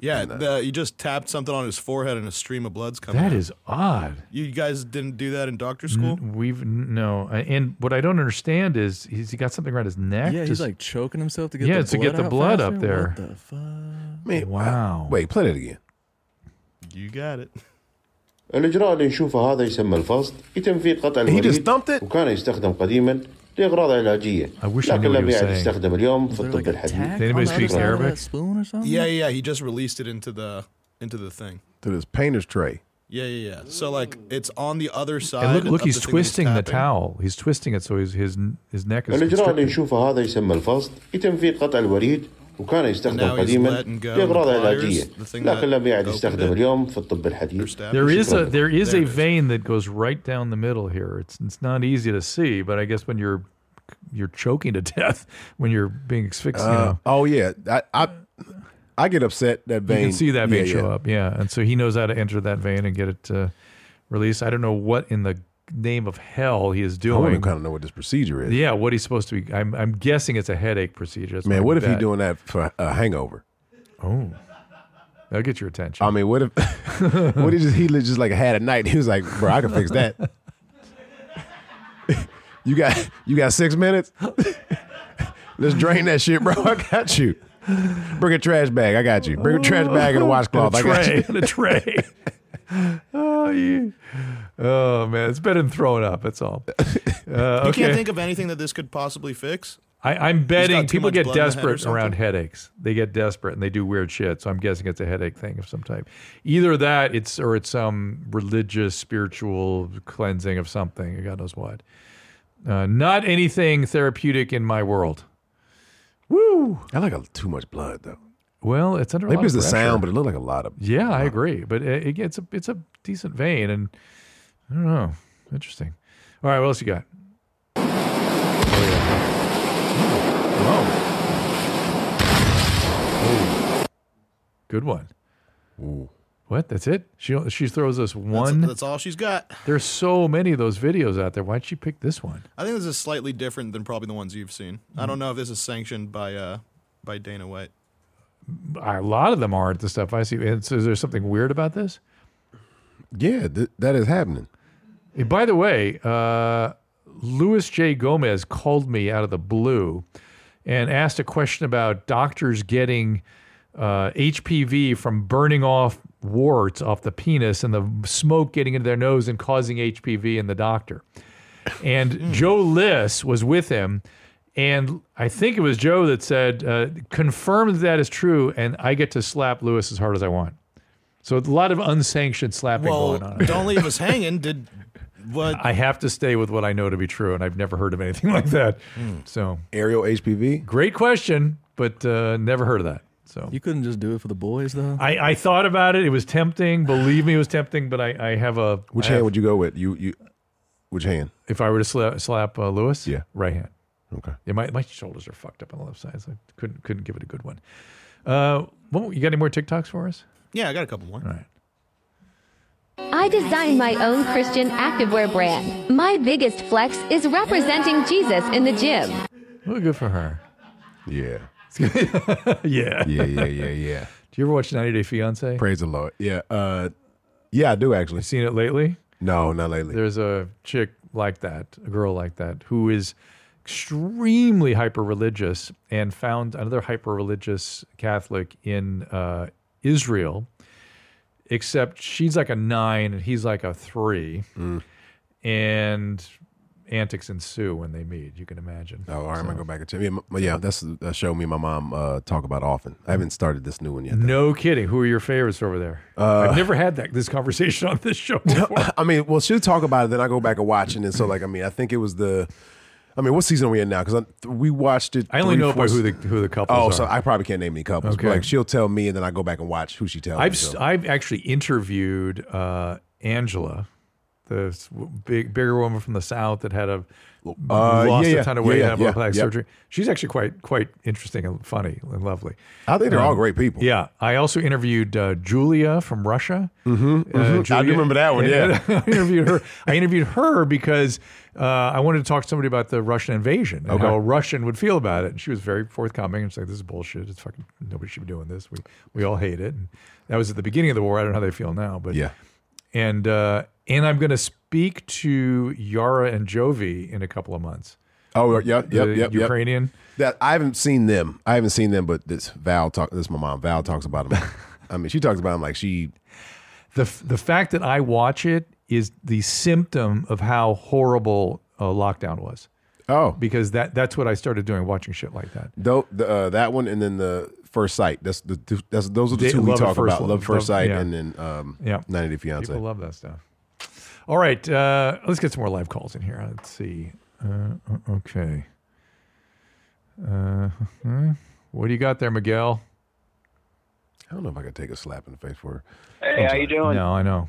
[SPEAKER 4] Yeah, the, you just tapped something on his forehead and a stream of blood's coming.
[SPEAKER 1] That
[SPEAKER 4] out.
[SPEAKER 1] is odd.
[SPEAKER 4] You guys didn't do that in doctor school.
[SPEAKER 1] N- We've n- no, I- and what I don't understand is he's he got something around his neck.
[SPEAKER 12] Yeah, he's
[SPEAKER 1] Just-
[SPEAKER 12] like choking himself to get
[SPEAKER 1] yeah,
[SPEAKER 12] the
[SPEAKER 1] to
[SPEAKER 12] blood
[SPEAKER 1] get the
[SPEAKER 12] out
[SPEAKER 1] blood
[SPEAKER 12] faster?
[SPEAKER 1] up there. Oh.
[SPEAKER 12] What the fuck?
[SPEAKER 1] wow.
[SPEAKER 2] Wait, play it again.
[SPEAKER 4] You got it.
[SPEAKER 13] الإجراء اللي نشوفه هذا يسمى الفصد يتم فيه قطع الوريد وكان يستخدم قديما لأغراض علاجية
[SPEAKER 1] wish I
[SPEAKER 13] لكن
[SPEAKER 1] knew what he
[SPEAKER 13] لم
[SPEAKER 1] was
[SPEAKER 13] يعد
[SPEAKER 1] saying.
[SPEAKER 13] يستخدم اليوم في الطب
[SPEAKER 1] Did
[SPEAKER 13] الحديث
[SPEAKER 1] anybody speak Arabic?
[SPEAKER 12] spoon or something?
[SPEAKER 4] Yeah, yeah. He just released it into the into the thing.
[SPEAKER 2] to this painter's tray.
[SPEAKER 4] Yeah, yeah, yeah. So like it's on the other side.
[SPEAKER 1] And look, look,
[SPEAKER 4] of
[SPEAKER 1] he's
[SPEAKER 4] the thing
[SPEAKER 1] twisting the
[SPEAKER 4] that's tapping.
[SPEAKER 1] towel. He's twisting it so his his his neck is.
[SPEAKER 13] الإجراء اللي
[SPEAKER 1] constricted.
[SPEAKER 13] نشوفه هذا يسمى الفصد يتم فيه قطع الوريد وكان يستخدم
[SPEAKER 1] Now he's
[SPEAKER 13] قديما
[SPEAKER 1] letting go
[SPEAKER 13] لأغراض
[SPEAKER 1] the pliers,
[SPEAKER 13] علاجية
[SPEAKER 1] the thing
[SPEAKER 13] لكن
[SPEAKER 1] that
[SPEAKER 13] لم يعد
[SPEAKER 1] opened
[SPEAKER 13] يستخدم اليوم في الطب الحديث
[SPEAKER 1] There is a
[SPEAKER 13] شكراً.
[SPEAKER 1] there is a vein that goes right down the middle here. It's it's not easy to see, but I guess when you're you're choking to death when you're being asphyxiated, you,
[SPEAKER 2] Uh,
[SPEAKER 1] know,
[SPEAKER 2] oh yeah, I, I I get upset that
[SPEAKER 1] you
[SPEAKER 2] vein.
[SPEAKER 1] can see that vein
[SPEAKER 2] yeah,
[SPEAKER 1] show
[SPEAKER 2] yeah.
[SPEAKER 1] up. Yeah, and so he knows how to enter that vein and get it uh, released. I don't know what in the name of hell he is
[SPEAKER 2] I want to
[SPEAKER 1] doing.
[SPEAKER 2] kind of know what this procedure is.
[SPEAKER 1] Yeah, what he's supposed to be. I'm I'm guessing it's a headache procedure. That's
[SPEAKER 2] Man,
[SPEAKER 1] I
[SPEAKER 2] what if
[SPEAKER 1] bet.
[SPEAKER 2] he's doing that for a hangover?
[SPEAKER 1] Oh, that'll get your attention.
[SPEAKER 2] I mean, what if what if he li- just like had a night? He was like, bro, I can fix that. you got you got six minutes. Let's drain that shit, bro. I got you. Bring a trash bag. I got you. Bring a trash bag and a washcloth.
[SPEAKER 1] And a
[SPEAKER 2] I got
[SPEAKER 1] tray.
[SPEAKER 2] you.
[SPEAKER 1] and a tray. oh, you. Oh man, it's better than throwing up. That's all. Uh,
[SPEAKER 4] You
[SPEAKER 1] okay.
[SPEAKER 4] can't think of anything that this could possibly fix.
[SPEAKER 1] I, I'm betting
[SPEAKER 4] too
[SPEAKER 1] people
[SPEAKER 4] much
[SPEAKER 1] get
[SPEAKER 4] blood in the head or
[SPEAKER 1] desperate around headaches. They get desperate and they do weird shit. So I'm guessing it's a headache thing of some type. Either that, it's or it's some religious, spiritual cleansing of something. God knows what. Uh, not anything therapeutic in my world. Woo!
[SPEAKER 2] I like a, too much blood though.
[SPEAKER 1] Well, it's under a lot
[SPEAKER 2] Maybe
[SPEAKER 1] of
[SPEAKER 2] it's the
[SPEAKER 1] pressure.
[SPEAKER 2] sound, but it looked like a lot of.
[SPEAKER 1] Yeah, I agree. But it, it gets a, it's a decent vein, and I don't know. Interesting. All right, what else you got? Oh, yeah. Whoa. Oh. Good one. What? That's it? She she throws us one.
[SPEAKER 4] That's all she's got.
[SPEAKER 1] There's so many of those videos out there. Why'd she pick this one?
[SPEAKER 4] I think this is slightly different than probably the ones you've seen. I don't know if this is sanctioned by uh by Dana White.
[SPEAKER 1] A lot of them aren't the stuff I see. And so is there something weird about this?
[SPEAKER 2] Yeah, th- that is happening.
[SPEAKER 1] And by the way, uh, Louis J. Gomez called me out of the blue and asked a question about doctors getting uh, HPV from burning off warts off the penis and the smoke getting into their nose and causing HPV in the doctor.
[SPEAKER 4] Hmm.
[SPEAKER 1] And Joe Liss was with him. And I think it was Joe that said, uh, confirmed that is true. And I get to slap Lewis as hard as I want. So a lot of unsanctioned slapping
[SPEAKER 4] Well,
[SPEAKER 1] going on.
[SPEAKER 4] don't leave us hanging. Did what?
[SPEAKER 1] I have to stay with what I know to be true, and I've never heard of anything like that. So
[SPEAKER 2] aerial HPV,
[SPEAKER 1] great question, but uh, never heard of that. So
[SPEAKER 12] You couldn't just do it for the boys though.
[SPEAKER 1] I, I thought about it. It was tempting. Believe me, it was tempting. But I, I have a
[SPEAKER 2] Which
[SPEAKER 1] I
[SPEAKER 2] hand
[SPEAKER 1] have-
[SPEAKER 2] would you go with? You you, which hand?
[SPEAKER 1] if I were to slap, slap uh, Lewis?
[SPEAKER 2] Yeah.
[SPEAKER 1] right hand.
[SPEAKER 2] Okay.
[SPEAKER 1] Yeah, my my shoulders are fucked up on the left side, so I couldn't couldn't give it a good one. Uh, well, you got any more TikToks for us?
[SPEAKER 4] Yeah, I got a couple more.
[SPEAKER 1] All right.
[SPEAKER 14] I designed my own Christian activewear brand. My biggest flex is representing Jesus in the gym.
[SPEAKER 1] Well, good for her.
[SPEAKER 2] Yeah.
[SPEAKER 1] yeah.
[SPEAKER 2] Yeah, yeah, yeah, yeah.
[SPEAKER 1] Do you ever watch 90 Day Fiance?
[SPEAKER 2] Praise the Lord. Yeah. Uh, yeah, I do actually.
[SPEAKER 1] seen it lately?
[SPEAKER 2] No, not lately.
[SPEAKER 1] There's a chick like that, a girl like that, who is extremely hyper religious and found another hyper religious Catholic in uh, Israel, except she's like a nine and he's like a three.
[SPEAKER 2] Mm.
[SPEAKER 1] And antics ensue when they meet, you can imagine.
[SPEAKER 2] Oh, all right, I'm
[SPEAKER 1] So-
[SPEAKER 2] gonna go back and check. Yeah, m- yeah, that's a show me and my mom uh, talk about often. I haven't started this new one yet.
[SPEAKER 1] No kidding. Who are your favorites over there?
[SPEAKER 2] Uh,
[SPEAKER 1] I've never had that this conversation on this show before.
[SPEAKER 2] I mean, well, she'll talk about it, then I go back and watch it. And so, like, I mean, I think it was the, I mean, what season are we in now? Because we watched it.
[SPEAKER 1] I only
[SPEAKER 2] three,
[SPEAKER 1] know by
[SPEAKER 2] four-
[SPEAKER 1] who the who the couples
[SPEAKER 2] Oh,
[SPEAKER 1] are.
[SPEAKER 2] so I probably can't name any couples.
[SPEAKER 1] Okay.
[SPEAKER 2] But like, she'll tell me, and then I go back and watch who she tells.
[SPEAKER 1] I've
[SPEAKER 2] me, so.
[SPEAKER 1] s- I've actually interviewed uh, Angela, the s- w- big bigger woman from the south that had a lost
[SPEAKER 2] uh, yeah, yeah,
[SPEAKER 1] a ton of
[SPEAKER 2] yeah,
[SPEAKER 1] weight
[SPEAKER 2] yeah,
[SPEAKER 1] and had
[SPEAKER 2] yeah,
[SPEAKER 1] plastic
[SPEAKER 2] yeah.
[SPEAKER 1] surgery. She's actually quite quite interesting and funny and lovely. Um,
[SPEAKER 2] I think they're all great people.
[SPEAKER 1] Yeah, I also interviewed uh, Julia from Russia.
[SPEAKER 15] Uh,
[SPEAKER 2] Mhm, mhm. I do remember that one, yeah.
[SPEAKER 1] Uh, I interviewed her. I interviewed her because uh, I wanted to talk to somebody about the Russian invasion and
[SPEAKER 2] Okay.
[SPEAKER 1] how a Russian would feel about it. And she was very forthcoming and said, "This is bullshit. It's fucking nobody should be doing this. We we all hate it." And that was at the beginning of the war. I don't know how they feel now, but
[SPEAKER 2] Yeah.
[SPEAKER 1] And uh, and I'm going to speak to Yara and Jovi in a couple of months.
[SPEAKER 2] Oh, yep,
[SPEAKER 1] The
[SPEAKER 2] yep, yep, yep.
[SPEAKER 1] Ukrainian.
[SPEAKER 2] That I haven't seen them. I haven't seen them, but this Val talk. This my mom. Val talks about them. I mean, she talks about them like she
[SPEAKER 1] the f- the fact that I watch it is the symptom of how horrible uh, lockdown was.
[SPEAKER 2] Oh,
[SPEAKER 1] because that that's what I started doing, watching shit like that.
[SPEAKER 2] Though the, uh, that one and then the first sight. That's the two, that's those are the
[SPEAKER 1] They-
[SPEAKER 2] two we
[SPEAKER 1] Love at
[SPEAKER 2] talk
[SPEAKER 1] First
[SPEAKER 2] about.
[SPEAKER 1] Love.
[SPEAKER 2] Love at first
[SPEAKER 1] Love-
[SPEAKER 2] sight
[SPEAKER 1] yeah.
[SPEAKER 2] and then um,
[SPEAKER 1] Yeah.
[SPEAKER 2] ninety day fiance.
[SPEAKER 1] People love that stuff. All right, uh, let's get some more live calls in here. Let's see. Uh, okay. Uh, hmm. what do you got there, Miguel?
[SPEAKER 2] I don't know if I could take a slap in the face for.
[SPEAKER 16] Hey, how you doing?
[SPEAKER 1] No, I know.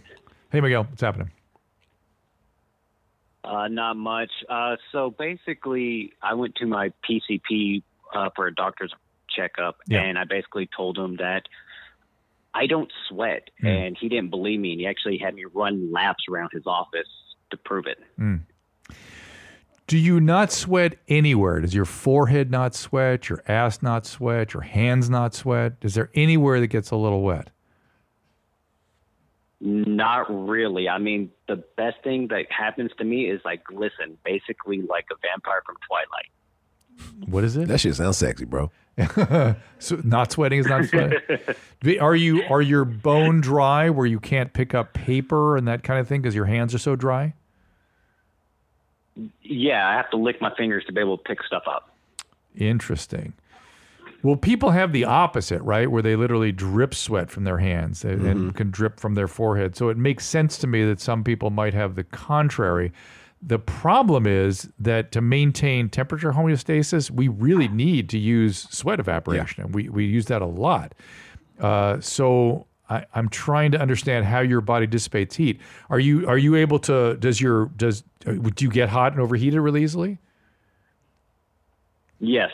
[SPEAKER 1] Hey, Miguel, what's happening?
[SPEAKER 16] Uh, not much. Uh, so basically, I went to my PCP uh, for a doctor's checkup,
[SPEAKER 17] Yeah.
[SPEAKER 16] and I basically told him that I don't sweat,
[SPEAKER 17] Hmm.
[SPEAKER 16] and he didn't believe me, and he actually had me run laps around his office to prove it.
[SPEAKER 1] Hmm. Do you not sweat anywhere? Does your forehead not sweat? Your ass not sweat? Your hands not sweat? Is there anywhere that gets a little wet?
[SPEAKER 16] Not really. I mean, the best thing that happens to me is I glisten, basically like a vampire from Twilight.
[SPEAKER 1] What is it?
[SPEAKER 2] That shit sounds sexy, bro.
[SPEAKER 1] so not sweating is not sweating. The- are you are your bone dry where you can't pick up paper and that kind of thing because your hands are so dry?
[SPEAKER 16] Yeah, I have to lick my fingers to be able to pick stuff up.
[SPEAKER 1] Interesting. Well, people have the opposite, right? Where they literally drip sweat from their hands and and can drip from their forehead. So it makes sense to me that some people might have the contrary. The problem is that to maintain temperature homeostasis, we really need to use sweat evaporation, and we, we use that a lot. Uh, so I, I'm trying to understand how your body dissipates heat. Are you are you able to? Does your does uh, do you get hot and overheated really easily,
[SPEAKER 16] Yes.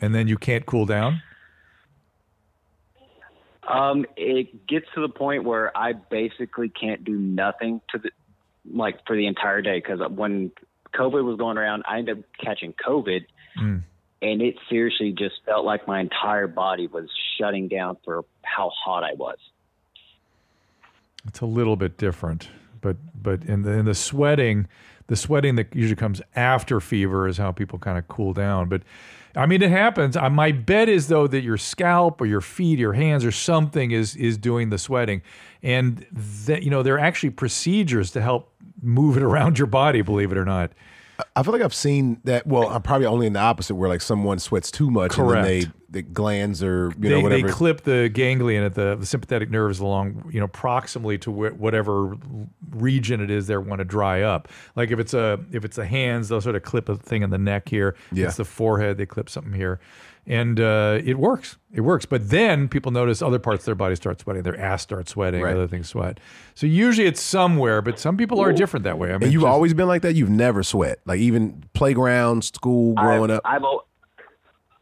[SPEAKER 1] and then you can't cool down?
[SPEAKER 16] Um, it gets to the point where I basically can't do nothing to the like for the entire day because when COVID was going around, I ended up catching COVID, and it seriously just felt like my entire body was shutting down for how hot I was.
[SPEAKER 1] It's a little bit different, but but in the in the sweating, the sweating that usually comes after fever is how people kind of cool down. But I mean, it happens. I, my bet is though that your scalp or your feet, your hands, or something is is doing the sweating, and that you know there are actually procedures to help move it around your body. Believe it or not.
[SPEAKER 2] I feel like I've seen that. Well, I'm probably only in the opposite where like someone sweats too much
[SPEAKER 1] Correct.
[SPEAKER 2] and then they the glands or you know
[SPEAKER 1] they,
[SPEAKER 2] whatever.
[SPEAKER 1] they clip the ganglion at the, the sympathetic nerves along, you know, proximally to wh- whatever region it is they want to dry up. Like if it's a if it's the hands, they'll sort of clip a thing in the neck here. If
[SPEAKER 2] Yeah.
[SPEAKER 1] it's the forehead, they clip something here, and uh, it works. It works. But then people notice other parts of their body start sweating. Their ass starts sweating.
[SPEAKER 2] Right.
[SPEAKER 1] Other things sweat. So usually it's somewhere, but some people are different that way. I mean,
[SPEAKER 2] and you've
[SPEAKER 1] just-
[SPEAKER 2] always been like that. You've never sweat, like even playground, school, growing
[SPEAKER 16] I've,
[SPEAKER 2] up.
[SPEAKER 16] I've al-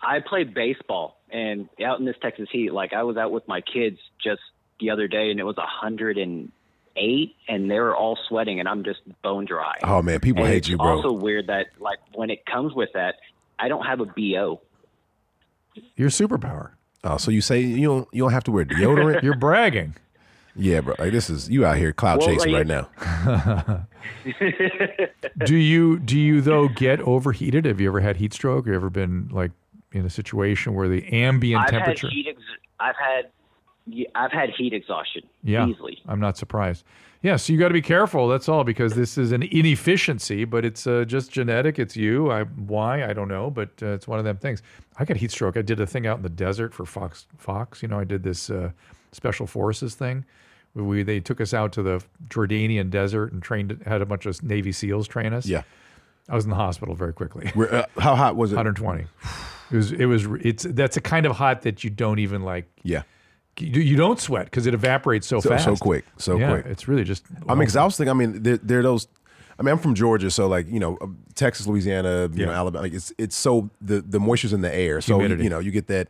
[SPEAKER 16] I played baseball, and out in this Texas heat, like I was out with my kids just the other day, and it was a hundred and eight, and they were all sweating, and I'm just bone dry.
[SPEAKER 2] Oh man, people
[SPEAKER 16] And
[SPEAKER 2] hate
[SPEAKER 16] it's
[SPEAKER 2] you, bro.
[SPEAKER 16] Also weird that like when it comes with that, I don't have a bo.
[SPEAKER 1] Your superpower.
[SPEAKER 2] Oh, so you say you don't you don't have to wear deodorant?
[SPEAKER 1] You're bragging.
[SPEAKER 2] Yeah, bro. Like this is you out here cloud
[SPEAKER 1] Well,
[SPEAKER 2] chasing
[SPEAKER 1] like-
[SPEAKER 2] right now.
[SPEAKER 1] do you do you though get overheated? Have you ever had heat stroke? Have you ever been like in a situation where the ambient
[SPEAKER 16] I've
[SPEAKER 1] temperature?
[SPEAKER 16] had heat. Ex- I've had yeah, I've had heat exhaustion.
[SPEAKER 1] yeah,
[SPEAKER 16] easily.
[SPEAKER 1] I'm not surprised. Yeah, so you got to be careful. That's all because this is an inefficiency, but it's uh, just genetic. It's you. I why I don't know, but uh, it's one of them things. I got heat stroke. I did a thing out in the desert for Fox. Fox, you know, I did this uh, special forces thing. We they took us out to the Jordanian desert and trained. Had a bunch of Navy SEALs train us.
[SPEAKER 2] Yeah.
[SPEAKER 1] I was in the hospital very quickly.
[SPEAKER 2] Where, uh, how hot was it?
[SPEAKER 1] 120. It was. It was. It's. That's a kind of hot that you don't even like.
[SPEAKER 2] Yeah.
[SPEAKER 1] You, you don't sweat because it evaporates so,
[SPEAKER 2] so,
[SPEAKER 1] fast,
[SPEAKER 2] so quick, so
[SPEAKER 1] Yeah,
[SPEAKER 2] quick.
[SPEAKER 1] It's really just.
[SPEAKER 2] I mean, because I was thinking. I mean, there, there are those. I mean, I'm from Georgia, so like you know, uh, Texas, Louisiana, you know, Alabama. Like it's it's so the the moisture's in the air, so
[SPEAKER 1] Humidity.
[SPEAKER 2] you know you get that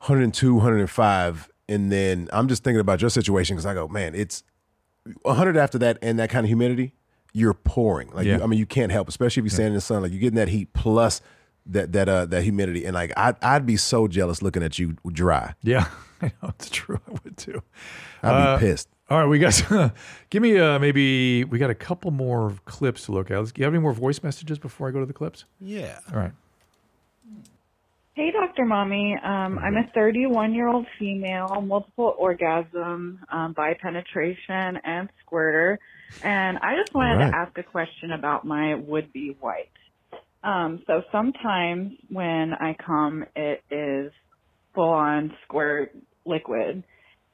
[SPEAKER 2] 102, 105, and then I'm just thinking about your situation because I go, man, it's 100 after that, and that kind of humidity, you're pouring. Like you,
[SPEAKER 1] Yeah.
[SPEAKER 2] I mean, you can't help, especially if you're standing in the sun. Like you're getting that heat plus that that uh that humidity, and like I'd I'd be so jealous looking at you dry.
[SPEAKER 1] Yeah, I know it's true. I would too. Uh,
[SPEAKER 2] I'd be pissed.
[SPEAKER 1] All right, we got. give me uh, maybe we got a couple more clips to look at. Let's, do you have any more voice messages before I go to the clips?
[SPEAKER 4] Yeah.
[SPEAKER 1] All right.
[SPEAKER 17] Hey, Dr. Mommy. Um, I'm a 31 year old female, multiple orgasm, um, by penetration, and squirter. And I just wanted
[SPEAKER 15] All right.
[SPEAKER 17] to ask a question about my would be wife. Um, so sometimes when I come, it is full on squirt liquid.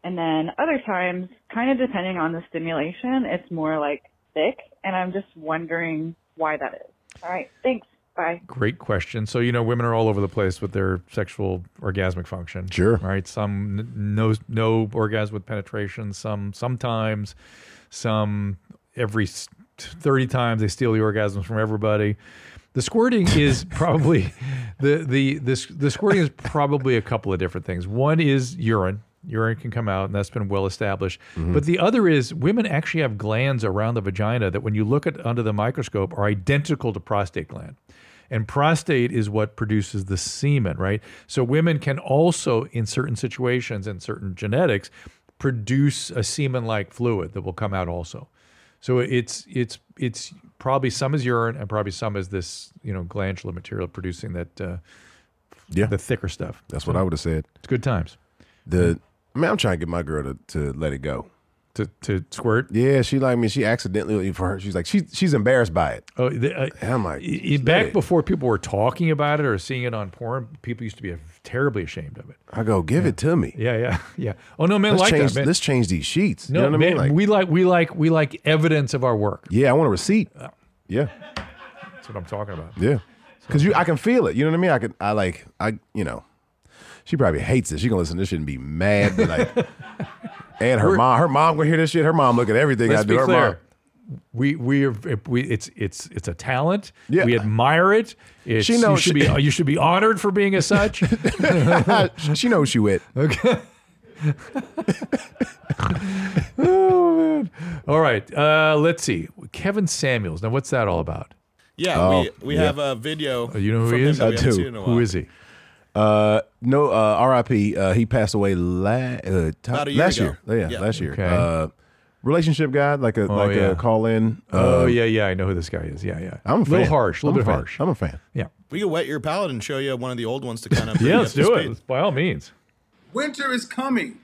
[SPEAKER 17] And then other times, kind of depending on the stimulation, it's more like thick. And I'm just wondering why that is. All right. Thanks. Bye.
[SPEAKER 1] Great question. So you know, women are all over the place with their sexual orgasmic function.
[SPEAKER 2] Sure.
[SPEAKER 1] Right. Some n- no no orgasm with penetration. Some sometimes. Some every s- thirty times they steal the orgasms from everybody. The squirting is probably the the this the squirting is probably a couple of different things. One is urine. Urine can come out, and that's been well established.
[SPEAKER 18] Mhm.
[SPEAKER 1] But the other is women actually have glands around the vagina that, when you look at under the microscope, are identical to prostate gland. And prostate is what produces the semen, right? So women can also, in certain situations and certain genetics, produce a semen-like fluid that will come out also. So it's it's it's probably some is urine and probably some is this you know glandular material producing that uh,
[SPEAKER 2] Yeah.
[SPEAKER 1] the thicker stuff.
[SPEAKER 2] That's what I would have said.
[SPEAKER 1] It's good times.
[SPEAKER 2] The I mean, I'm trying to get my girl to, to let it go.
[SPEAKER 1] To to squirt.
[SPEAKER 2] Yeah, she like I mean, she accidentally for her. She's like she she's embarrassed by it.
[SPEAKER 1] Oh, the, uh,
[SPEAKER 2] and I'm like
[SPEAKER 1] I- back before people were talking about it or seeing it on porn, people used to be terribly ashamed of it.
[SPEAKER 2] I go give it to me.
[SPEAKER 1] Yeah, yeah, yeah. Oh no, men
[SPEAKER 2] let's
[SPEAKER 1] like that,
[SPEAKER 2] change,
[SPEAKER 1] man.
[SPEAKER 2] Let's change these sheets.
[SPEAKER 1] No,
[SPEAKER 2] you know what I mean?
[SPEAKER 1] man,
[SPEAKER 2] Like,
[SPEAKER 1] we like we like we like evidence of our work.
[SPEAKER 2] yeah, I want a receipt.
[SPEAKER 1] Uh,
[SPEAKER 2] Yeah,
[SPEAKER 1] That's what I'm talking about.
[SPEAKER 2] yeah. Because you, I can feel it. You know what I mean? I can. I like. I you know. She probably hates it. She gonna listen to this shit and be mad. But like, and her
[SPEAKER 1] We're-
[SPEAKER 2] mom, her mom gonna hear this shit. Her mom look at everything
[SPEAKER 1] Let's
[SPEAKER 2] I do.
[SPEAKER 1] be
[SPEAKER 2] her mom.
[SPEAKER 1] clear. We we are we it's it's it's a talent.
[SPEAKER 2] Yeah.
[SPEAKER 1] We admire it. It's,
[SPEAKER 2] She knows
[SPEAKER 1] you should
[SPEAKER 2] she-
[SPEAKER 1] be you should be honored for being as such.
[SPEAKER 2] she knows she wet.
[SPEAKER 1] Okay. oh man. All right. Uh, let's see. Kevin Samuels. Now, what's that all about?
[SPEAKER 4] Yeah,
[SPEAKER 1] Oh,
[SPEAKER 4] we, we
[SPEAKER 1] yeah.
[SPEAKER 4] have a video.
[SPEAKER 1] Oh, you know who
[SPEAKER 4] from
[SPEAKER 1] he
[SPEAKER 4] him
[SPEAKER 1] is?
[SPEAKER 4] that we haven't seen in a while.
[SPEAKER 1] Who is he?
[SPEAKER 2] Uh, no, uh, R.I.P. Uh, he passed away la- uh, t-
[SPEAKER 4] About a year
[SPEAKER 2] last
[SPEAKER 4] ago.
[SPEAKER 2] year. Yeah,
[SPEAKER 4] Yeah.
[SPEAKER 2] last year.
[SPEAKER 4] Okay.
[SPEAKER 2] Uh, relationship guy, like a
[SPEAKER 1] Oh,
[SPEAKER 2] like
[SPEAKER 1] yeah.
[SPEAKER 2] a call in.
[SPEAKER 1] Oh yeah, yeah. I know who this guy is. Yeah, yeah.
[SPEAKER 2] Uh, I'm a
[SPEAKER 1] a little
[SPEAKER 2] fan.
[SPEAKER 1] harsh. A little
[SPEAKER 2] I'm
[SPEAKER 1] bit
[SPEAKER 2] a fan.
[SPEAKER 1] harsh.
[SPEAKER 2] I'm a fan.
[SPEAKER 1] Yeah.
[SPEAKER 4] We can wet your palate and show you one of the old ones to kind of.
[SPEAKER 1] Yeah. Let's do it. By all means.
[SPEAKER 19] Winter is coming.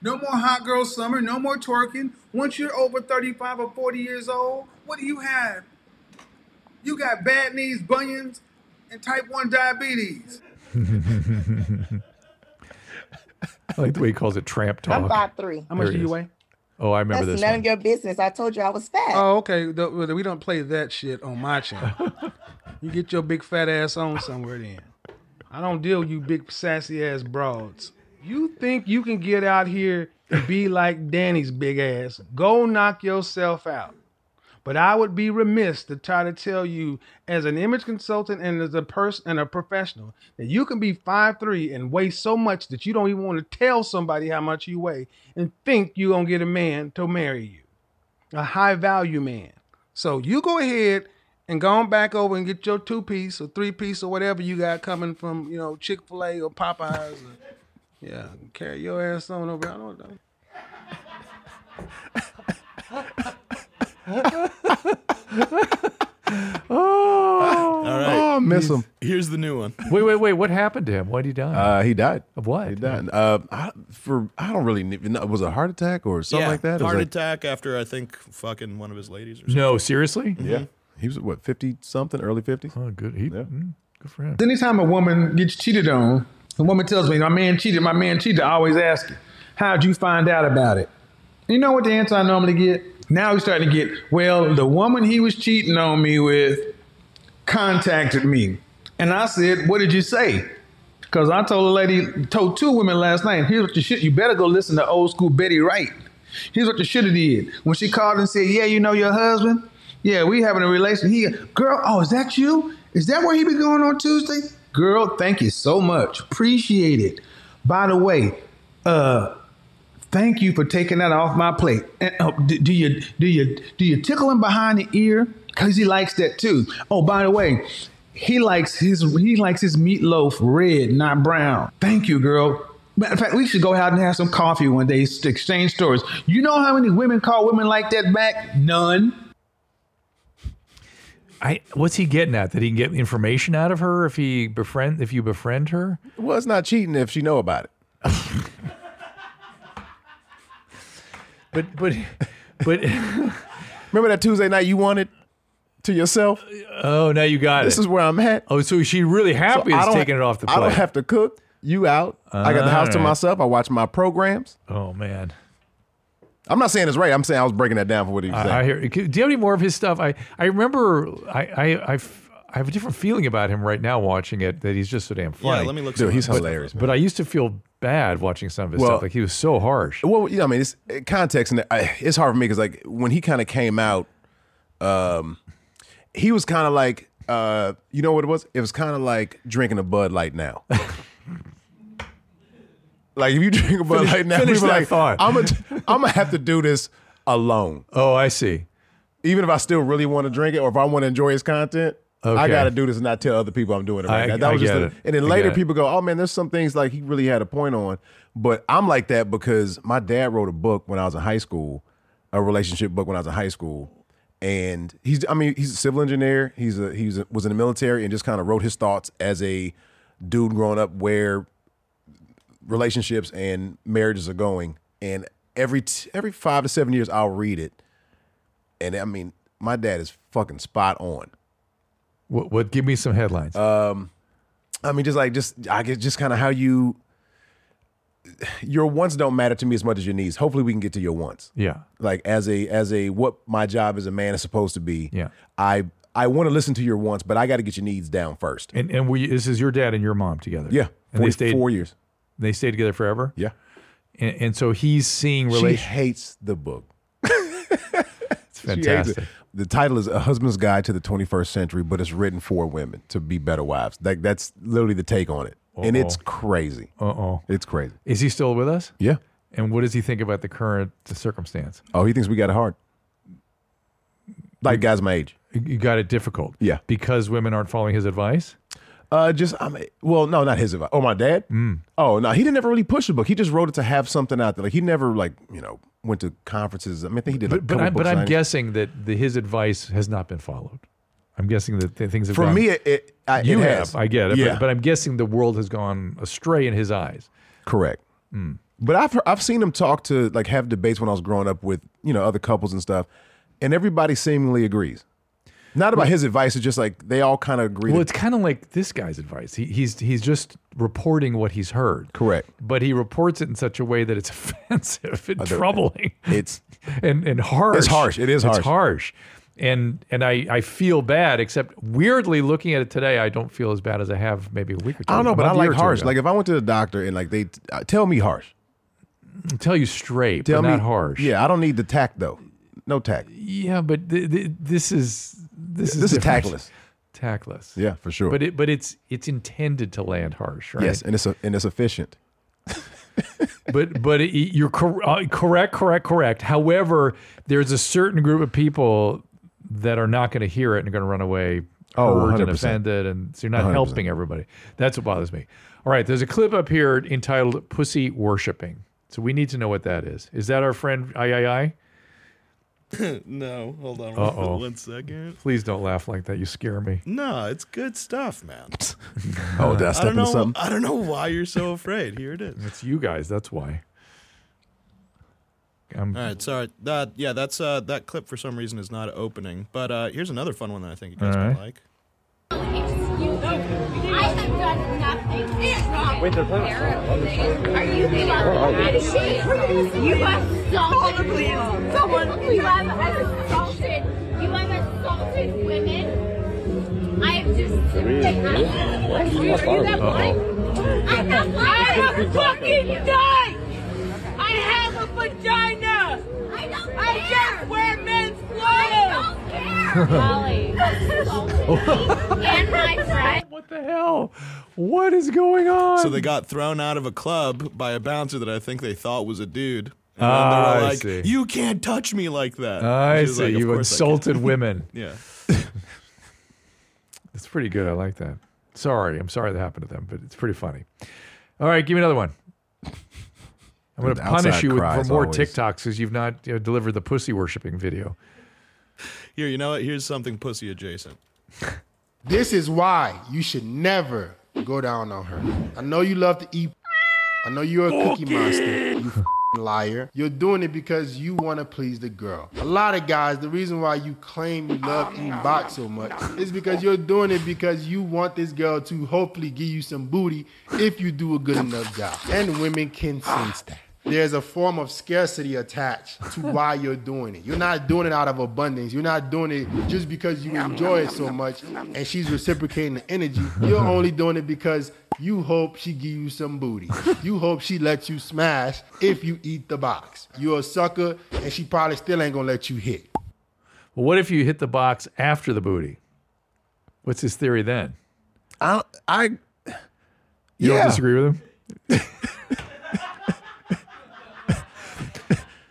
[SPEAKER 19] No more hot girl summer, no more twerking. Once you're over 35 or 40 years old, what do you have? You got bad knees, bunions, and type 1 diabetes.
[SPEAKER 1] I like the way he calls it tramp talk.
[SPEAKER 20] I'm five three.
[SPEAKER 1] There he is. Oh, I remember
[SPEAKER 20] That's
[SPEAKER 1] this.
[SPEAKER 20] none
[SPEAKER 1] one.
[SPEAKER 20] of your business. I told you I was fat.
[SPEAKER 19] Oh, okay. The- well, We don't play that shit on my channel. you get your big fat ass on somewhere then. I don't deal with you big sassy ass broads. You think you can get out here and be like Danny's big ass? Go knock yourself out. But I would be remiss to try to tell you, as an image consultant and as a person and a professional, that you can be 5'3 and weigh so much that you don't even want to tell somebody how much you weigh and think you're going to get a man to marry you a high value man. So you go ahead and go on back over and get your two piece or three piece or whatever you got coming from, you know, Chick fil A or Popeyes. Or, yeah, carry your ass on over. I don't know.
[SPEAKER 1] Oh,
[SPEAKER 4] All right.
[SPEAKER 2] Oh, I miss him.
[SPEAKER 4] Here's the new one.
[SPEAKER 1] Wait, wait, wait. What happened to him? Why would he die?
[SPEAKER 2] Uh, he died
[SPEAKER 1] of what?
[SPEAKER 2] He died. Uh, I, for I don't really kn- know. Was it a heart attack or something
[SPEAKER 4] yeah,
[SPEAKER 2] like that? It was
[SPEAKER 4] Heart
[SPEAKER 2] like-
[SPEAKER 4] attack after I think fucking one of his ladies or something.
[SPEAKER 1] No, seriously.
[SPEAKER 2] Yeah.
[SPEAKER 4] Mm-hmm.
[SPEAKER 2] He was what fifty something, early fifties.
[SPEAKER 1] Oh, good. He, mm, good for him.
[SPEAKER 19] Anytime a woman gets cheated on, a woman tells me, my man cheated, my man cheated, I always ask her, how'd you find out about it? You know what the answer I normally get? Now he's starting to get, well, the woman he was cheating on me with contacted me. And I said, what did you say? Because I told a lady, told two women last night, here's what you should, you better go listen to old school Betty Wright. Here's what you should have did. When she called and said, yeah, you know your husband? Yeah, we having a relation. He, girl, oh, is that you? Is that where he be going on Tuesday? Girl, thank you so much. Appreciate it. By the way, uh, thank you for taking that off my plate. And, oh, do, do you do you do you tickle him behind the ear? Cause he likes that too. Oh, by the way, he likes his he likes his meatloaf red, not brown. Thank you, girl. Matter of fact, we should go out and have some coffee one day to exchange stories. You know how many women call women like that back? None.
[SPEAKER 1] I what's he getting at? That he can get information out of her if he befriend if you befriend her?
[SPEAKER 2] Well, it's not cheating if she know about it.
[SPEAKER 1] but but but
[SPEAKER 2] remember that Tuesday night you wanted to yourself.
[SPEAKER 1] Oh, now you got
[SPEAKER 2] This
[SPEAKER 1] it.
[SPEAKER 2] is where I'm at.
[SPEAKER 1] Oh, so she really happy
[SPEAKER 2] So I
[SPEAKER 1] is
[SPEAKER 2] don't-
[SPEAKER 1] taking it off the plate. Ah.
[SPEAKER 2] I don't have to cook. You out. I got the house to
[SPEAKER 1] Alright.
[SPEAKER 2] myself. I watch my programs.
[SPEAKER 1] Oh man.
[SPEAKER 2] I'm not saying it's right. I'm saying I was breaking that down for what he was saying.
[SPEAKER 1] I, I hear. Do you have any more of his stuff? I I remember. I I I f- I have a different feeling about him right now watching it. That he's just so damn funny.
[SPEAKER 2] let me look Dude, some of he's his stuff hilarious, up.
[SPEAKER 1] But I used to feel bad watching some of his stuff. Like he was so harsh.
[SPEAKER 2] Well, you know, I mean, it's uh, context, and I, it's hard for me because like when he kind of came out, um, he was kind of like, uh, you know what it was? It was kind of like drinking a Bud Light now. like if you drink a Bud
[SPEAKER 1] Finish-
[SPEAKER 2] Light now,
[SPEAKER 1] finish
[SPEAKER 2] people
[SPEAKER 1] that
[SPEAKER 2] are like,
[SPEAKER 1] thought.
[SPEAKER 2] I'm gonna, I'm gonna have to do this alone.
[SPEAKER 1] Oh, I see.
[SPEAKER 2] Even if I still really want to drink it, or if I want to enjoy his content. I
[SPEAKER 1] Okay.
[SPEAKER 2] gotta do this and not tell other people I'm doing it right
[SPEAKER 1] I-
[SPEAKER 2] now. That
[SPEAKER 1] I
[SPEAKER 2] was just
[SPEAKER 1] get
[SPEAKER 2] the-
[SPEAKER 1] it.
[SPEAKER 2] and then
[SPEAKER 1] I
[SPEAKER 2] later
[SPEAKER 1] get it.
[SPEAKER 2] people go, "Oh man, there's some things like he really had a point on." But I'm like that because my dad wrote a book when I was in high school, a relationship book when I was in high school, and he's I mean he's a civil engineer. He's a he was, a- was in the military and just kind of wrote his thoughts as a dude growing up where relationships and marriages are going. And every t- every five to seven years, I'll read it, and I mean my dad is fucking spot on.
[SPEAKER 1] What? What? Give me some headlines.
[SPEAKER 2] Um, I mean, just like just I guess just kind of how you your wants don't matter to me as much as your needs. Hopefully, we can get to your wants.
[SPEAKER 1] Yeah.
[SPEAKER 2] Like as a as a what my job as a man is supposed to be.
[SPEAKER 1] Yeah.
[SPEAKER 2] I I want to listen to your wants, but I got to get your needs down first.
[SPEAKER 1] And and we this is your dad and your mom together.
[SPEAKER 2] Yeah,
[SPEAKER 1] And they
[SPEAKER 2] 40
[SPEAKER 1] stayed
[SPEAKER 2] four years.
[SPEAKER 1] They stayed together forever.
[SPEAKER 2] Yeah.
[SPEAKER 1] And, and so he's seeing
[SPEAKER 2] She
[SPEAKER 1] relationships.
[SPEAKER 2] hates the book.
[SPEAKER 1] It's
[SPEAKER 2] She hates
[SPEAKER 1] fantastic.
[SPEAKER 2] it. The title is A Husband's Guide to the 21st Century, but it's written for women to be better wives. Like that's literally the take on it. And
[SPEAKER 1] Uh-oh.
[SPEAKER 2] it's crazy.
[SPEAKER 1] Uh oh.
[SPEAKER 2] It's crazy.
[SPEAKER 1] Is he still with us?
[SPEAKER 2] Yeah.
[SPEAKER 1] And what does he think about the current circumstance?
[SPEAKER 2] Oh, he thinks we got it hard. Like guys my age.
[SPEAKER 1] You got it difficult.
[SPEAKER 2] Yeah.
[SPEAKER 1] Because women aren't following his advice.
[SPEAKER 2] Uh, just I mean, well, no, not his advice. Oh, my dad.
[SPEAKER 1] Mm.
[SPEAKER 2] Oh no, he didn't ever really push the book. He just wrote it to have something out there. Like he never like you know went to conferences. I mean, I think he did. Like,
[SPEAKER 1] But, but,
[SPEAKER 2] comic
[SPEAKER 1] I,
[SPEAKER 2] book
[SPEAKER 1] but I'm
[SPEAKER 2] signings.
[SPEAKER 1] guessing that the, his advice has not been followed. I'm guessing that th- things have
[SPEAKER 2] For
[SPEAKER 1] gone-
[SPEAKER 2] me, it, it I, it
[SPEAKER 1] you have.
[SPEAKER 2] has.
[SPEAKER 1] I get it.
[SPEAKER 2] Yeah,
[SPEAKER 1] But, but I'm guessing the world has gone astray in his eyes. Hmm.
[SPEAKER 2] correct. But I've heard- I've seen him talk to like have debates when I was growing up with you know other couples and stuff, and everybody seemingly agrees. Not about
[SPEAKER 1] Well-
[SPEAKER 2] his advice. It's just like they all kind of agree.
[SPEAKER 1] Well,
[SPEAKER 2] that-
[SPEAKER 1] it's kind of like this guy's advice. He, he's he's just reporting what he's heard.
[SPEAKER 2] Correct.
[SPEAKER 1] But he reports it in such a way that it's offensive and
[SPEAKER 2] Other-
[SPEAKER 1] troubling.
[SPEAKER 2] It's
[SPEAKER 1] and and harsh.
[SPEAKER 2] It's harsh. It is harsh.
[SPEAKER 1] It's harsh. And and I, I feel bad, except weirdly looking at it today, I don't feel as bad as I have maybe a week or two.
[SPEAKER 2] I don't know,
[SPEAKER 1] a
[SPEAKER 2] but I
[SPEAKER 1] month, year
[SPEAKER 2] like
[SPEAKER 1] or two
[SPEAKER 2] harsh.
[SPEAKER 1] ago.
[SPEAKER 2] Like if I went to the doctor and like they uh, tell me harsh,
[SPEAKER 1] tell you straight,
[SPEAKER 2] tell
[SPEAKER 1] but
[SPEAKER 2] me
[SPEAKER 1] not harsh.
[SPEAKER 2] Yeah, I don't need the tact though. No tact.
[SPEAKER 1] Yeah, but th- th- this is this is
[SPEAKER 2] This is
[SPEAKER 1] different.
[SPEAKER 2] tactless.
[SPEAKER 1] Tactless.
[SPEAKER 2] Yeah, for sure.
[SPEAKER 1] But it but it's it's intended to land harsh, right?
[SPEAKER 2] Yes, and it's and it's efficient.
[SPEAKER 1] but but it, you're cor- uh, correct, correct, correct. However, there's a certain group of people that are not going to hear it and are going to run away
[SPEAKER 2] Oh,
[SPEAKER 1] hurt and
[SPEAKER 2] 100%.
[SPEAKER 1] offended, and so you're not
[SPEAKER 2] 100%.
[SPEAKER 1] helping everybody. That's what bothers me. All right, there's a clip up here entitled "Pussy Worshipping," so we need to know what that is. Is that our friend I I I?
[SPEAKER 4] no, hold on
[SPEAKER 1] Uh-oh.
[SPEAKER 4] one second.
[SPEAKER 1] Please don't laugh like that. You scare me.
[SPEAKER 4] No, it's good stuff, man.
[SPEAKER 1] Oh, did I
[SPEAKER 4] I
[SPEAKER 1] step
[SPEAKER 4] don't
[SPEAKER 1] into
[SPEAKER 4] know.
[SPEAKER 1] something?
[SPEAKER 4] I don't know why you're so afraid. Here it is.
[SPEAKER 1] It's you guys. That's why. I'm,
[SPEAKER 4] All right, sorry. That yeah, that's uh, that clip for some reason is not opening. But uh, here's another fun one that I think you guys
[SPEAKER 1] All
[SPEAKER 4] might
[SPEAKER 1] right.
[SPEAKER 4] like.
[SPEAKER 15] Wait, they're playing. Are you kidding? You have assaulted people. Someone, you have assaulted. You have assaulted women. I am just. Are you that blind? I'm not blind. I have a fucking dick. I have a vagina. I don't care. I just wear men's clothes. Molly. and my friend.
[SPEAKER 1] What the hell? What is going on?
[SPEAKER 4] So they got thrown out of a club by a bouncer that I think they thought was a dude. And
[SPEAKER 1] Ah,
[SPEAKER 4] then
[SPEAKER 1] I
[SPEAKER 4] they were like,
[SPEAKER 1] see.
[SPEAKER 4] "You can't touch me like that."
[SPEAKER 1] I
[SPEAKER 4] And she was
[SPEAKER 1] see.
[SPEAKER 4] like, "Of
[SPEAKER 1] You've
[SPEAKER 4] course I
[SPEAKER 1] insulted
[SPEAKER 4] can."
[SPEAKER 1] women.
[SPEAKER 4] yeah.
[SPEAKER 1] It's pretty good. I like that. Sorry. I'm sorry that happened to them, but it's pretty funny. All right, give me another one. I'm going
[SPEAKER 2] The
[SPEAKER 1] to
[SPEAKER 2] outside
[SPEAKER 1] punish you with, for
[SPEAKER 2] cries
[SPEAKER 1] more
[SPEAKER 2] always.
[SPEAKER 1] TikToks because you've not you know, delivered the pussy worshipping video.
[SPEAKER 4] Here, you know what? Here's something pussy adjacent.
[SPEAKER 5] This is why you should never go down on her. I know you love to eat. I know you're a cookie monster. You f***ing liar. You're doing it because you want to please the girl. A lot of guys, the reason why you claim you love eating box so much is because you're doing it because you want this girl to hopefully give you some booty if you do a good enough job. And women can sense that. There's a form of scarcity attached to why you're doing it. You're not doing it out of abundance. You're not doing it just because you enjoy it so much and she's reciprocating the energy. You're only doing it because you hope she give you some booty. You hope she lets you smash if you eat the box. You're a sucker and she probably still ain't gonna let you hit.
[SPEAKER 1] Well, what if you hit the box after the booty? What's his theory then?
[SPEAKER 2] I, I you
[SPEAKER 1] don't
[SPEAKER 2] Yeah.
[SPEAKER 1] disagree with him.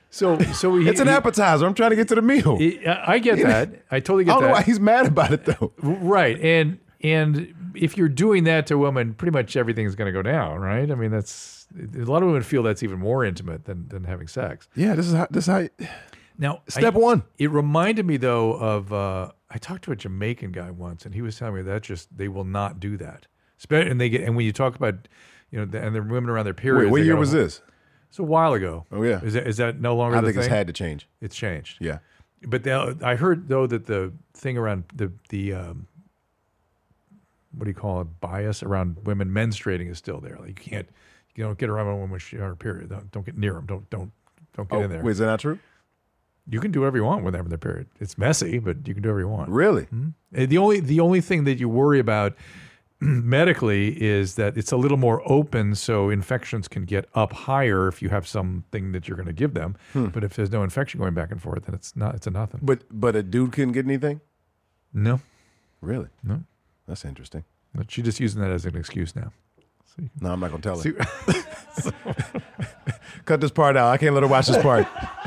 [SPEAKER 1] so, so he,
[SPEAKER 2] it's an
[SPEAKER 1] he-
[SPEAKER 2] appetizer. I'm trying to get to the meal.
[SPEAKER 1] I I get that. I totally get
[SPEAKER 2] I don't
[SPEAKER 1] that.
[SPEAKER 2] know why he's mad about it though.
[SPEAKER 1] Right, and and if you're doing that to a woman, pretty much everything's going to go down, right? I mean, that's a lot of women feel that's even more intimate than than having sex.
[SPEAKER 2] Yeah, this is how this is how
[SPEAKER 1] Now,
[SPEAKER 2] Step
[SPEAKER 1] I-
[SPEAKER 2] one.
[SPEAKER 1] It reminded me though of uh, I talked to a Jamaican guy once, and he was telling me that just they will not do that. Spe- And they get and when you talk about you know the, and the women around their periods.
[SPEAKER 2] what
[SPEAKER 1] they
[SPEAKER 2] year
[SPEAKER 1] gotta-
[SPEAKER 2] was this?
[SPEAKER 1] It's a while ago.
[SPEAKER 2] Oh, yeah.
[SPEAKER 1] Is that is that no longer?
[SPEAKER 2] I
[SPEAKER 1] the
[SPEAKER 2] think it's
[SPEAKER 1] thing?
[SPEAKER 2] had to change.
[SPEAKER 1] It's changed.
[SPEAKER 2] Yeah.
[SPEAKER 1] But now, I heard though that the thing around the the um, what do you call it bias around women menstruating is still there. Like you can't you don't get around a woman when she's on her period. Don't, don't get near them. Don't don't don't get
[SPEAKER 2] Oh,
[SPEAKER 1] in there.
[SPEAKER 2] wait, is that not true?
[SPEAKER 1] You can do whatever you want when they're having their period. It's messy, but you can do whatever you want.
[SPEAKER 2] Really?
[SPEAKER 1] Mhm. And The only the only thing that you worry about medically is that it's a little more open, so infections can get up higher if you have something that you're going to give them.
[SPEAKER 2] Hmm.
[SPEAKER 1] But if there's no infection going back and forth, then it's not it's a nothing.
[SPEAKER 2] But but a dude couldn't get anything?
[SPEAKER 1] No.
[SPEAKER 2] Really?
[SPEAKER 1] No.
[SPEAKER 2] That's interesting.
[SPEAKER 1] But she's just using that as an excuse now.
[SPEAKER 2] No, I'm not gonna tell her.
[SPEAKER 1] So-
[SPEAKER 2] Cut this part out. I can't let her watch this part.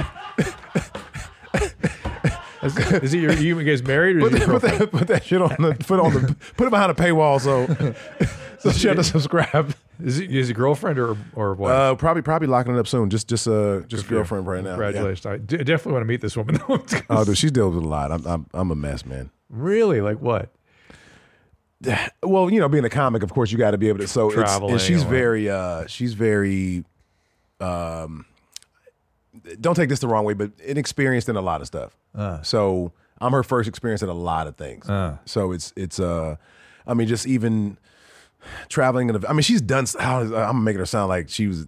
[SPEAKER 1] is, is it your, you guys married? Or
[SPEAKER 2] put,
[SPEAKER 1] is it
[SPEAKER 2] that,
[SPEAKER 1] your
[SPEAKER 2] put, that, put that shit on the put on the put it behind a paywall so so she had to subscribe.
[SPEAKER 1] Is it, is it girlfriend or or what?
[SPEAKER 2] Uh, probably probably locking it up soon. Just just uh just
[SPEAKER 1] Good for you.
[SPEAKER 2] girlfriend right now. Yeah.
[SPEAKER 1] Congratulations! I d- definitely want to meet this woman. though.
[SPEAKER 2] Oh, dude, she's dealing with a lot. I'm I'm, I'm a mess, man.
[SPEAKER 1] really? Like what?
[SPEAKER 2] Well, you know, being a comic, of course, you got to be able to. So, it's,
[SPEAKER 1] Traveling
[SPEAKER 2] and she's
[SPEAKER 1] and what-
[SPEAKER 2] very, uh, she's very, um, don't take this the wrong way, but inexperienced in a lot of stuff.
[SPEAKER 1] Uh.
[SPEAKER 2] So I'm her first experience in a lot of things.
[SPEAKER 1] Uh.
[SPEAKER 2] So it's it's uh, I mean, just even traveling. And I mean, she's done. s- How, uh, I'm making her sound like she was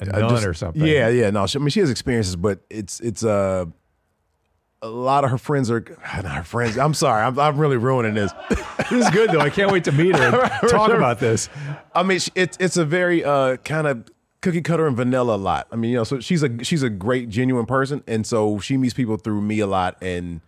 [SPEAKER 1] A
[SPEAKER 2] I
[SPEAKER 1] nun
[SPEAKER 2] just-
[SPEAKER 1] or something?
[SPEAKER 2] Yeah, yeah. No, she, I mean she has experiences, but it's it's uh, a lot of her friends are not her friends. I'm sorry, I'm, I'm really ruining this.
[SPEAKER 1] this is good though. I can't wait to meet her and talk about this.
[SPEAKER 2] I mean, she- it's it's a very uh kind of cookie cutter and vanilla a lot. I mean, you know, so she's a she's a great genuine person, and so she meets people through me a lot, and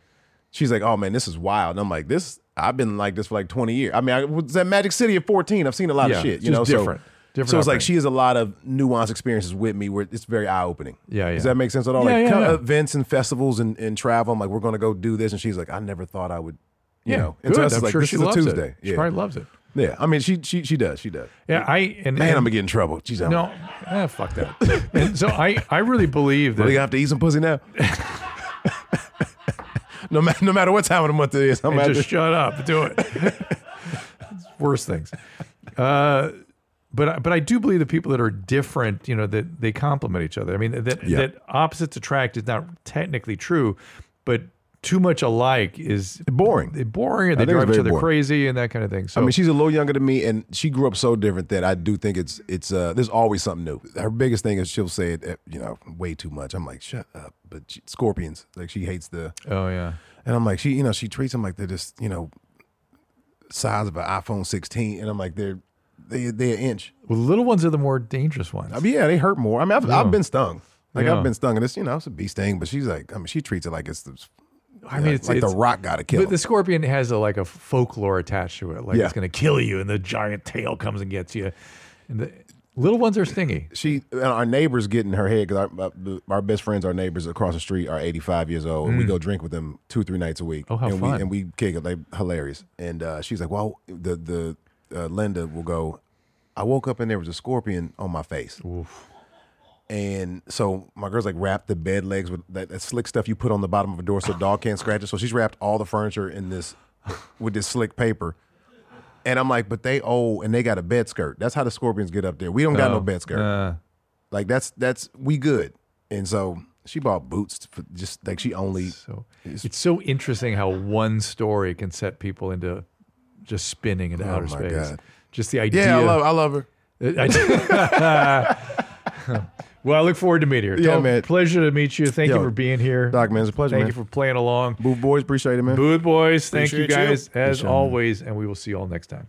[SPEAKER 2] she's like, oh man, this is wild. And I'm like, this I've been like this for like 20 years. I mean, I was at Magic City at 14. I've seen a lot
[SPEAKER 1] Yeah,
[SPEAKER 2] of shit. You
[SPEAKER 1] just
[SPEAKER 2] know, so-
[SPEAKER 1] different. Different
[SPEAKER 2] so it's like
[SPEAKER 1] upbringing.
[SPEAKER 2] she has a lot of nuanced experiences with me where it's very eye opening.
[SPEAKER 1] Yeah,
[SPEAKER 2] Does
[SPEAKER 1] yeah.
[SPEAKER 2] that make sense at all?
[SPEAKER 1] Yeah,
[SPEAKER 2] like
[SPEAKER 1] yeah,
[SPEAKER 2] kind
[SPEAKER 1] yeah.
[SPEAKER 2] of events and festivals and, and travel. I'm like, we're gonna go do this, and she's like, I never thought I would. You
[SPEAKER 1] Yeah,
[SPEAKER 2] know, and
[SPEAKER 1] good.
[SPEAKER 2] so it's
[SPEAKER 1] I'm
[SPEAKER 2] like,
[SPEAKER 1] sure
[SPEAKER 2] this
[SPEAKER 1] she
[SPEAKER 2] is a
[SPEAKER 1] loves it.
[SPEAKER 2] Tuesday.
[SPEAKER 1] She probably loves it.
[SPEAKER 2] Yeah, I mean, she she she does. She does.
[SPEAKER 1] Yeah, I and
[SPEAKER 2] man,
[SPEAKER 1] and-
[SPEAKER 2] I'm gonna get in trouble. She's out.
[SPEAKER 1] No, ah, fuck that. and so I, I really believe that.
[SPEAKER 2] Really gonna have to eat some pussy now. no matter no matter what time of the month it is, I'm
[SPEAKER 1] Hey,
[SPEAKER 2] out
[SPEAKER 1] just
[SPEAKER 2] there.
[SPEAKER 1] shut up. Do it. It's worse things. Uh, but I- but I do believe the people that are different, you know, that they complement each other. I mean, that
[SPEAKER 2] Yeah.
[SPEAKER 1] that opposites attract is not technically true, but too much alike is
[SPEAKER 2] boring.
[SPEAKER 1] They're boring,
[SPEAKER 2] I
[SPEAKER 1] and they
[SPEAKER 2] think it's
[SPEAKER 1] drive each
[SPEAKER 2] very
[SPEAKER 1] other
[SPEAKER 2] boring.
[SPEAKER 1] crazy and that kind of thing. So
[SPEAKER 2] I mean, she's a little younger than me, and she grew up so different that I do think it's it's uh there's always something new. Her biggest thing is she'll say it uh, you know way too much. I'm like shut up. But she, scorpions like she hates the
[SPEAKER 1] oh yeah,
[SPEAKER 2] and I'm like she you know she treats them like they're just you know size of an iPhone 16, and I'm like they're they they're an inch.
[SPEAKER 1] well, little ones are the more dangerous ones.
[SPEAKER 2] I mean, yeah, they hurt more. I mean, I've,
[SPEAKER 1] Yeah.
[SPEAKER 2] I've been stung. Like
[SPEAKER 1] Yeah.
[SPEAKER 2] I've been stung, and it's you know it's a bee sting, but she's like, I mean, she treats it like it's, the-
[SPEAKER 1] I mean, it's
[SPEAKER 2] like
[SPEAKER 1] it's-
[SPEAKER 2] the Rock got to kill.
[SPEAKER 1] But
[SPEAKER 2] him.
[SPEAKER 1] the scorpion has a like a folklore attached to it, like
[SPEAKER 2] Yeah.
[SPEAKER 1] it's going to kill you, and the giant tail comes and gets you. And the little ones are stingy.
[SPEAKER 2] she and our neighbors get in her head because our, our best friends, our neighbors across the street, are 85 years old, and we
[SPEAKER 1] Mm.
[SPEAKER 2] go drink with them two, three nights a week.
[SPEAKER 1] Oh, how
[SPEAKER 2] and
[SPEAKER 1] fun.
[SPEAKER 2] We, and we kick it, they hilarious. And uh, she's like, "Well, the the uh, Linda will go. I woke up and there was a scorpion on my face." And so my girl's like wrapped the bed legs with that, that slick stuff you put on the bottom of a door so a dog can't scratch it. So she's wrapped all the furniture in this with this slick paper. And I'm like, but they old and they got a bed skirt. That's how the Scorpions get up there. We don't got no
[SPEAKER 21] Oh,
[SPEAKER 2] bed skirt. Like that's that's we good. And so she bought boots for just like she only
[SPEAKER 21] It's so interesting how one story can set people into just spinning into
[SPEAKER 2] Oh
[SPEAKER 21] outer
[SPEAKER 2] my
[SPEAKER 21] space.
[SPEAKER 2] God.
[SPEAKER 21] Just the idea.
[SPEAKER 2] I love- I love
[SPEAKER 21] her. well, I look forward to meeting her.
[SPEAKER 2] Yeah,
[SPEAKER 21] Tom,
[SPEAKER 2] man.
[SPEAKER 21] Pleasure to meet you. Thank
[SPEAKER 2] Yo,
[SPEAKER 21] you for being here.
[SPEAKER 2] Doc, man, it's a pleasure,
[SPEAKER 21] Thank
[SPEAKER 2] man.
[SPEAKER 21] you for playing along.
[SPEAKER 2] Booth Boys, appreciate it, man.
[SPEAKER 21] Booth Boys, thank you
[SPEAKER 1] Appreciate you.
[SPEAKER 21] guys as
[SPEAKER 1] Appreciate it, man.
[SPEAKER 21] always, and we will see you all next time.